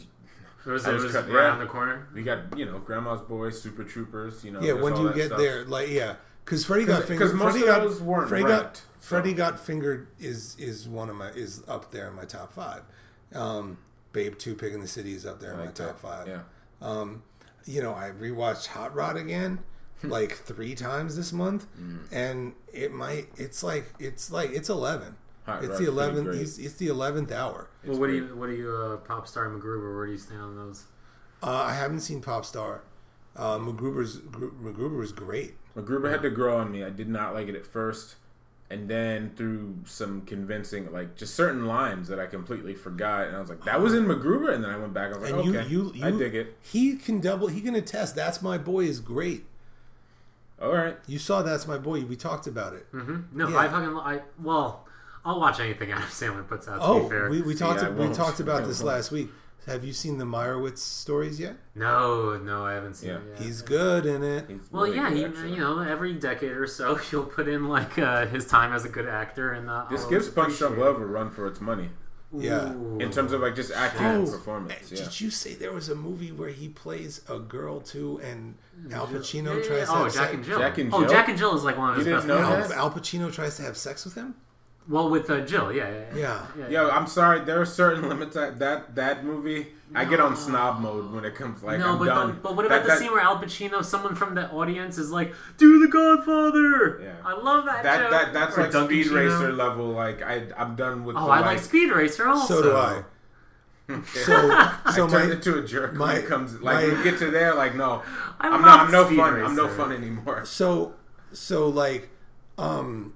A: It was,
B: I
A: it
B: was
A: was
B: cut-
A: right
B: yeah.
A: on the corner.
B: we got, you know, Grandma's Boy, Super Troopers, you know.
C: Yeah,
B: there's
C: when do
B: Oh, all
C: you
B: that
C: get
B: stuff.
C: there? Like yeah, because Freddy got
B: 'Cause-
C: fingered.
B: 'cause most
C: Freddy
B: of
C: got,
B: those weren't
C: Freddy
B: ranked,
C: got,
B: so.
C: Freddy got fingered is is one of my is up there in my top five. Um, Babe Two Pig in the City is up there in my
B: Like
C: top
B: that.
C: five. Um,
B: Yeah.
C: you know, I rewatched Hot Rod again
B: Hmm.
C: like three times this month,
B: Mm.
C: and it might. It's like it's like it's eleven.
B: Hot
C: it's
B: Rod's pretty
C: the eleventh.
B: great.
C: It's, it's the eleventh hour.
A: Well, what do you, what do you, uh, pop star MacGruber? Where do you stand on those?
C: Uh, I haven't seen Popstar. Uh, MacGruber's Gru- MacGruber is great.
B: MacGruber had to grow on me. I did not like it at first, and then through some convincing, like just certain lines that I completely forgot, and I was like, "That was in MacGruber," and then I went back. I was like,
C: And
B: "Okay,
C: you, you, you,
B: I dig it.
C: He can double. He can attest. That's my boy is great.
B: All right,
C: You saw that's my boy. We talked about it.
A: No,
C: Yeah.
A: I fucking, I, well, I'll watch anything Adam Sandler puts out, to be
C: Oh,
A: fair.
C: we, we talked.
B: I
C: we
B: won't.
C: talked about this last week. Have you seen the Meyerowitz stories yet?
A: No, no, I haven't seen
B: Yeah.
A: it yet.
C: He's good in it.
B: He's
A: well,
B: really
A: yeah,
B: good,
A: he,
B: actually.
A: you know, every decade or so, he'll put in like uh, his time as a good actor, and uh,
B: This
A: I'll
B: gives Punch Drunk
A: appreciate
B: Love a run for its money
A: it.
C: Yeah.
A: Ooh.
B: in terms of like just acting
A: Oh,
B: and performance.
C: and
B: Yeah.
C: Did you say there was a movie where he plays a girl too, and Al
A: Yeah,
C: Pacino
A: yeah, yeah.
C: tries to
A: oh, Jack
C: have sex?
A: and Jill.
B: Jack and
A: Oh,
B: Jill?
A: Jack and Jill is like one of
B: You
A: his
B: didn't
A: best.
B: know
A: movies.
B: that?
C: Al, Al Pacino tries to have sex with him.
A: Well, with uh, Jill, yeah, yeah, yeah.
C: Yeah,
B: Yo, I'm sorry. There are certain limits. That that, that movie, I get on snob mode when it comes. Like,
A: no,
B: I'm
A: but,
B: done.
A: but but what about
B: That-
A: the
B: that-
A: scene where Al Pacino, someone from the audience, is like, "Do the Godfather."
B: Yeah.
A: I love that.
B: That,
A: joke.
B: that that's
A: Or
B: like
A: Don
B: Speed
A: Pacino.
B: Racer level. Like I I'm done with.
A: Oh,
B: the,
A: I like Speed Racer also.
C: so do I. So, so
B: I turned
C: my
B: into a jerk
C: my-
B: when it comes. Like
C: my-
B: when we get to there, like no,
A: I
B: I am
A: love
B: not. I'm no
A: Speed
B: fun. I'm no
A: Racer.
B: fun anymore.
C: so so like um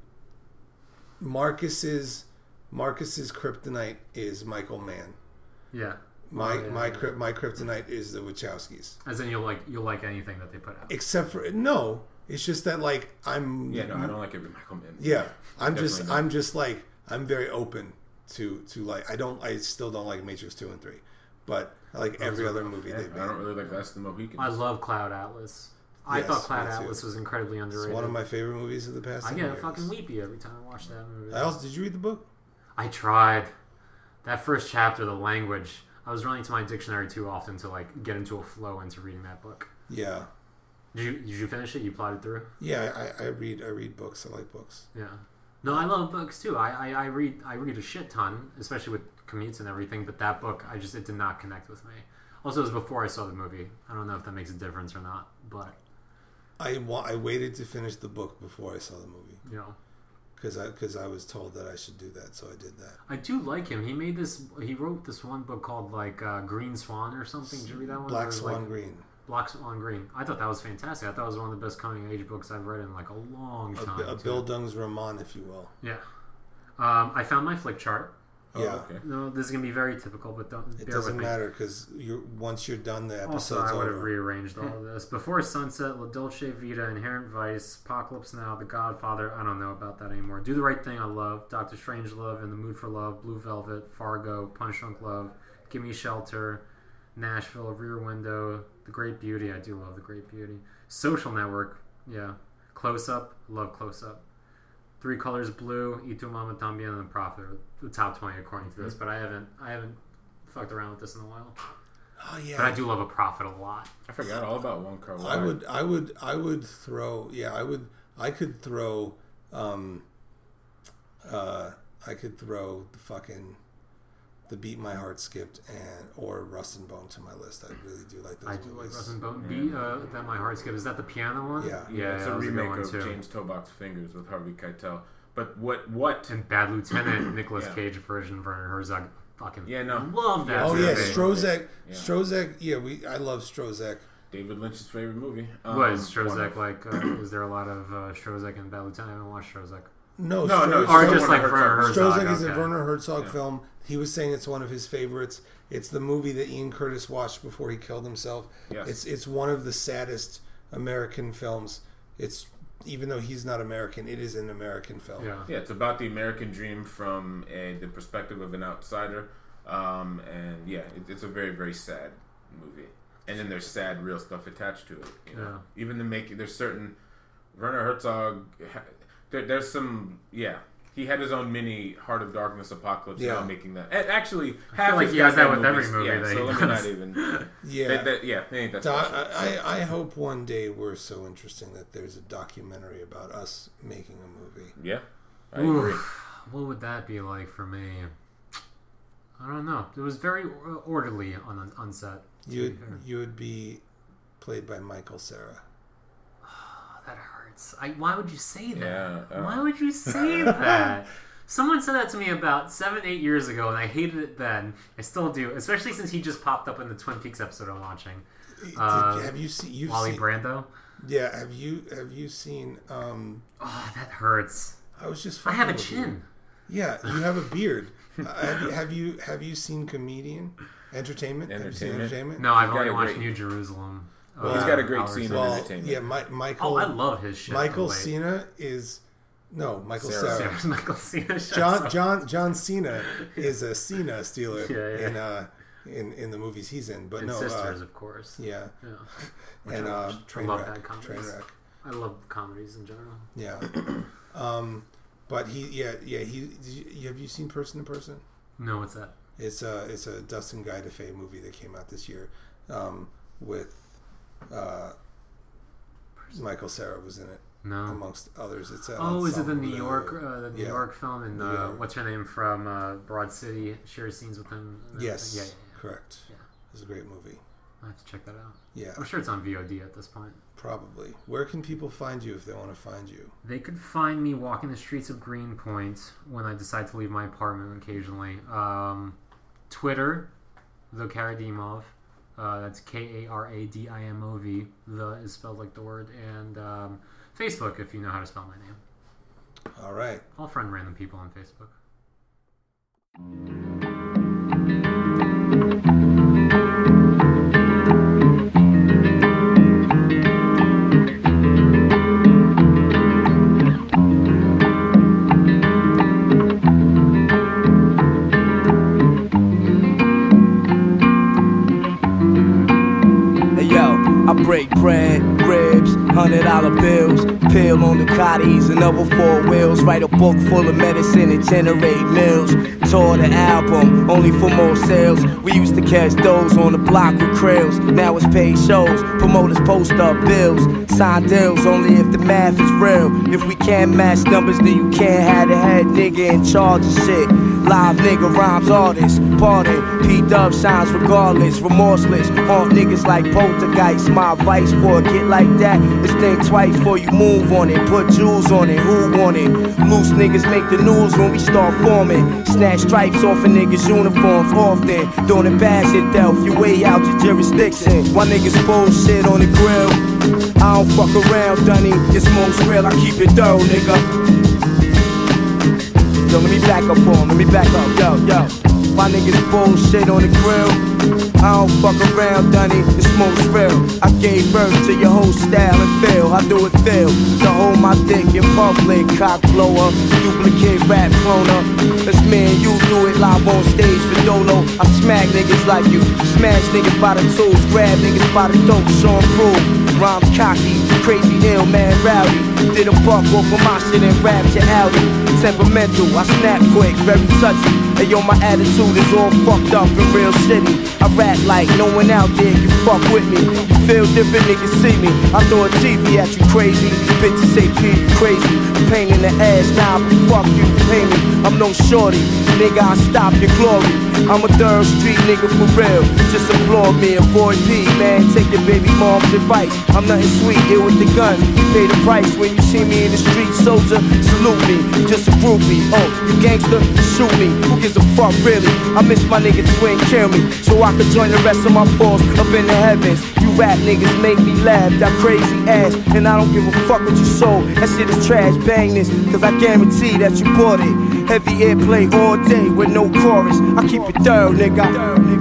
C: Marcus's Marcus's kryptonite is Michael Mann.
A: Yeah.
C: My
A: yeah,
C: my kryp- my kryptonite is the Wachowskis.
A: As in, you'll like you'll like anything that they put out.
C: Except for no, it's just that like I'm
B: Yeah, no, I don't like every Michael Mann.
C: Yeah, I'm just
B: Definitely not.
C: I'm just like I'm very open to to like I don't I still don't like Matrix two and three, but I like every other movie they've
B: I
C: made.
B: don't really like Last of the Mohicans. Oh,
A: I love Cloud Atlas. I
C: Yes,
A: thought Cloud
C: me too.
A: Atlas was incredibly underrated.
C: It's one of my favorite Uh, movies of the past.
A: I
C: 10
A: get
C: years.
A: fucking weepy every time I watch that movie.
C: I also did you read the book?
A: I tried. That first chapter, the language. I was running to my dictionary too often to like get into a flow into reading that book.
C: Yeah,
A: Did you, did you finish it? You plotted through?
C: yeah. I, I read I read books. I like books.
A: Yeah. No, I love books too. I, I, I read I read a shit ton, especially with commutes and everything. But that book, I just it did not connect with me. Also, it was before I saw the movie. I don't know if that makes a difference or not, but
C: I wa- I waited to finish the book before I saw the movie
A: you know,
C: because I because I was told that I should do that, so I did that.
A: I do like him. He made this. He wrote this one book called like uh, Green Swan or something. Did you read that one? It
C: Black
A: was,
C: Swan
A: Oh, Like,
C: Green.
A: Black Swan Green. I thought that was fantastic. I thought it was one of the best coming age books I've read in like a long
C: A,
A: time.
C: a
A: too.
C: Bildungsroman, if you will.
A: Yeah. Um, I found my flick chart.
B: Oh,
C: yeah,
B: okay.
A: No, this is gonna be very typical, but don't. bear
C: it doesn't
A: with me.
C: matter because you're once you're done, the episode's
A: Also, Oh, I would
C: over.
A: have rearranged all of this. Before Sunset, La Dolce Vita, Inherent Vice, Apocalypse Now, The Godfather. I don't know about that anymore. Do the Right Thing, I love. Doctor Strange Love, In the Mood for Love, Blue Velvet, Fargo, Punch Drunk Love, Give Me Shelter, Nashville, Rear Window, The Great Beauty. I do love The Great Beauty. Social Network. Yeah. Close Up. Love Close Up. Three Colors Blue, Y Tu Mama Tambien, and The Prophet are the top twenty according to this. But I haven't, I haven't fucked around with this in a while.
C: oh Mm-hmm. yeah,
A: But I do love a prophet a lot.
B: I forgot all about Wong Kar Wai.
C: I would, I would, I would throw. Yeah, I would. I could throw. Um, uh, I could throw the fucking, the beat my heart skipped and or Rust and Bone to my list. I really do like those
A: I do like
C: movies.
A: Rust and Bone. Be, uh, that my heart skip. Is that the piano one?
C: Yeah.
A: yeah,
B: it's
A: that
B: a
A: was good
B: remake
A: one,
B: of
A: too.
B: James Tobak's Fingers with Harvey Keitel. But what what
A: And Bad Lieutenant, Nicolas
B: Yeah.
A: Cage version, Werner Herzog. Fucking
B: Yeah, no.
A: love that.
C: oh
A: movie.
C: yeah,
B: Okay.
C: Strozek.
B: Yeah.
C: Strozek. Yeah, we. I love Strozek.
B: David Lynch's favorite movie um,
A: Was
B: one
A: Strozek
B: of-
A: like? Uh, was there a lot of uh, Strozek and Bad Lieutenant? I haven't watched Strozek.
C: No,
B: No, no,
C: Strozek-
A: Or
B: Werner
A: just like
B: Herzog.
A: Werner Herzog.
C: Strozek is a
A: okay.
C: Werner Herzog film. He was saying it's one of his favorites. It's the movie that Ian Curtis watched before he killed himself.
B: Yes.
C: It's it's one of the saddest American films. It's even though he's not American, it is an American film.
A: Yeah.
B: Yeah, it's about the American dream from a, the perspective of an outsider. Um, and yeah, it, it's a very, very sad movie. And then there's sad, real stuff attached to it. You know? Even the making, there's certain. Werner Herzog, ha- there, there's some. Yeah. He had his own mini Heart of Darkness Apocalypse
C: Yeah.
B: now making that. And actually, half
A: like
B: his
A: he has that
B: goddamn
A: with
B: movies-
A: every movie
B: Yeah,
A: that
B: so
A: he
B: let me not
A: does.
B: even.
C: Yeah.
B: That, that, yeah, they ain't that
C: Do-
B: special.
C: I, I, I hope one day we're so interesting that there's a documentary about us making a movie.
B: Yeah. I
A: Oof.
B: agree.
A: What would that be like for me? I don't know. It was very or- orderly on on set.
C: You you would be played by Michael Sarah.
A: Oh, that hurts. I, why would you say that?
B: Yeah. uh,
A: Why would you say that? Someone said that to me about seven, eight years ago, and I hated it then. I still do, especially since he just popped up in the Twin Peaks episode I'm watching. Uh,
C: have you seen you've
A: Wally
C: seen,
A: Brando.
C: Yeah, have you have you seen um
A: Oh, that hurts.
C: I was just
A: I have a
C: fucking with you.
A: chin.
C: Yeah, you have a beard. Uh, have, you, have you have you seen comedian entertainment? Have you seen
B: Entertainment.
C: entertainment?
A: No, I've
B: He's got
A: only
B: a
A: watched
B: great-
A: New Jerusalem. uh,
C: Well,
B: he's got a great
A: hours
B: scene in
A: ago.
B: it.
C: Well,
B: Entertainment.
C: yeah, Mi- Michael
A: Oh, I love his shit.
C: Michael
A: Wait.
C: Cena is no Michael Sarah.
B: Sarah.
A: Sarah's Michael Cena. shows
C: John
A: up.
C: John John Cena is a Cena stealer
A: Yeah, yeah.
C: in uh, in in the movies he's in. But
A: and
C: no, uh,
A: sisters, of course.
C: yeah,
A: Yeah.
C: and uh, train
A: love that
C: wreck,
A: comics.
C: train wreck.
A: I love comedies in general.
C: Yeah. um, but he, yeah, yeah, he. Did you, have you seen Person to Person?
A: No, what's that?
C: It's a it's a Dustin Guy DeFay movie that came out this year, um, with uh, Michael Sarah was in it
A: No.
C: amongst others. It's a
A: Oh, is it the
C: ensemble
A: New
C: that-
A: York, uh, the New
C: yeah.
A: York film, and
C: Yeah.
A: uh, what's her name from uh, Broad City shares scenes with him? and
C: Yes,
A: everything? Yeah, yeah,
C: correct.
A: Yeah. Oh,
C: It's a great movie.
A: yeah. I have to check that out.
C: Yeah,
A: I'm sure it's on VOD at this point.
C: probably. Where can people find you if they want to find you?
A: They could find me walking the streets of Greenpoint when I decide to leave my apartment occasionally. Um, Twitter, the Karadimov. Uh, that's K A R A D I M O V. The is spelled like the word. And um, Facebook, if you know how to spell my name.
C: All right.
A: I'll friend random people on Facebook.
D: Hey yo, I break bread, ribs, hundred dollar bills, pill on Ducatis and other four wheels. Write a book full of medicine and generate meals. Tore the album, only for more sales. We used to catch those on the block with krills. Now it's paid shows, promoters post up bills. Sign deals only if the math is real. If we can't match numbers, then you can't have the head nigga in charge of shit. Live nigga rhymes artists, pardon. P Dub shines regardless, remorseless. Haunt niggas like poltergeist. My advice for a kid like that is think twice before you move on it. Put jewels on it, who want it? Loose niggas make the news when we start forming. Snatch stripes off a niggas' uniforms often. Doing the bad shit, Delph, you way out your jurisdiction. Why niggas bullshit on the grill? I don't fuck around, Dunny. It's most real, I keep it thorough, nigga. Yo, let me back up on, let me back up, yo, yo. My niggas bullshit on the grill. I don't fuck around, Dunny, it's most real. I gave birth to your whole style and feel, I do it feel. To hold my dick in public, cock blower, duplicate rap cloner. It's me and you do it live on stage for Dolo. I smack niggas like you, smash niggas by the tools, grab niggas by the dope, show 'em proof. Rhymes cocky, crazy ill, man rowdy. Did a buck off of my shit and rapped your alley temperamental. I snap quick, very touchy. And yo, my attitude is all fucked up and real shitty. I rap like no one out there can fuck with me. You feel different, niggas see me. I throw a TV at you, crazy. Bitches say P, you crazy. A Pain in the ass, nah, but fuck you, pay me. I'm no shorty, nigga, I stop your glory. I'm a third street nigga for real. Just applaud me, avoid P, man. Take your baby mom's advice. I'm nothing sweet, here with the gun. You pay the price when you see me in the street, soldier. Salute me, you just a groupie. Oh, you gangster, shoot me. Who gives a fuck, really? I miss my nigga twin, kill me. So I could join the rest of my foes up in the heavens. You rap niggas make me laugh, that crazy ass. And I don't give a fuck what you sold. That shit is trash, bang this, cause I guarantee that you bought it. Heavy airplay all day with no chorus. I keep it thorough, nigga.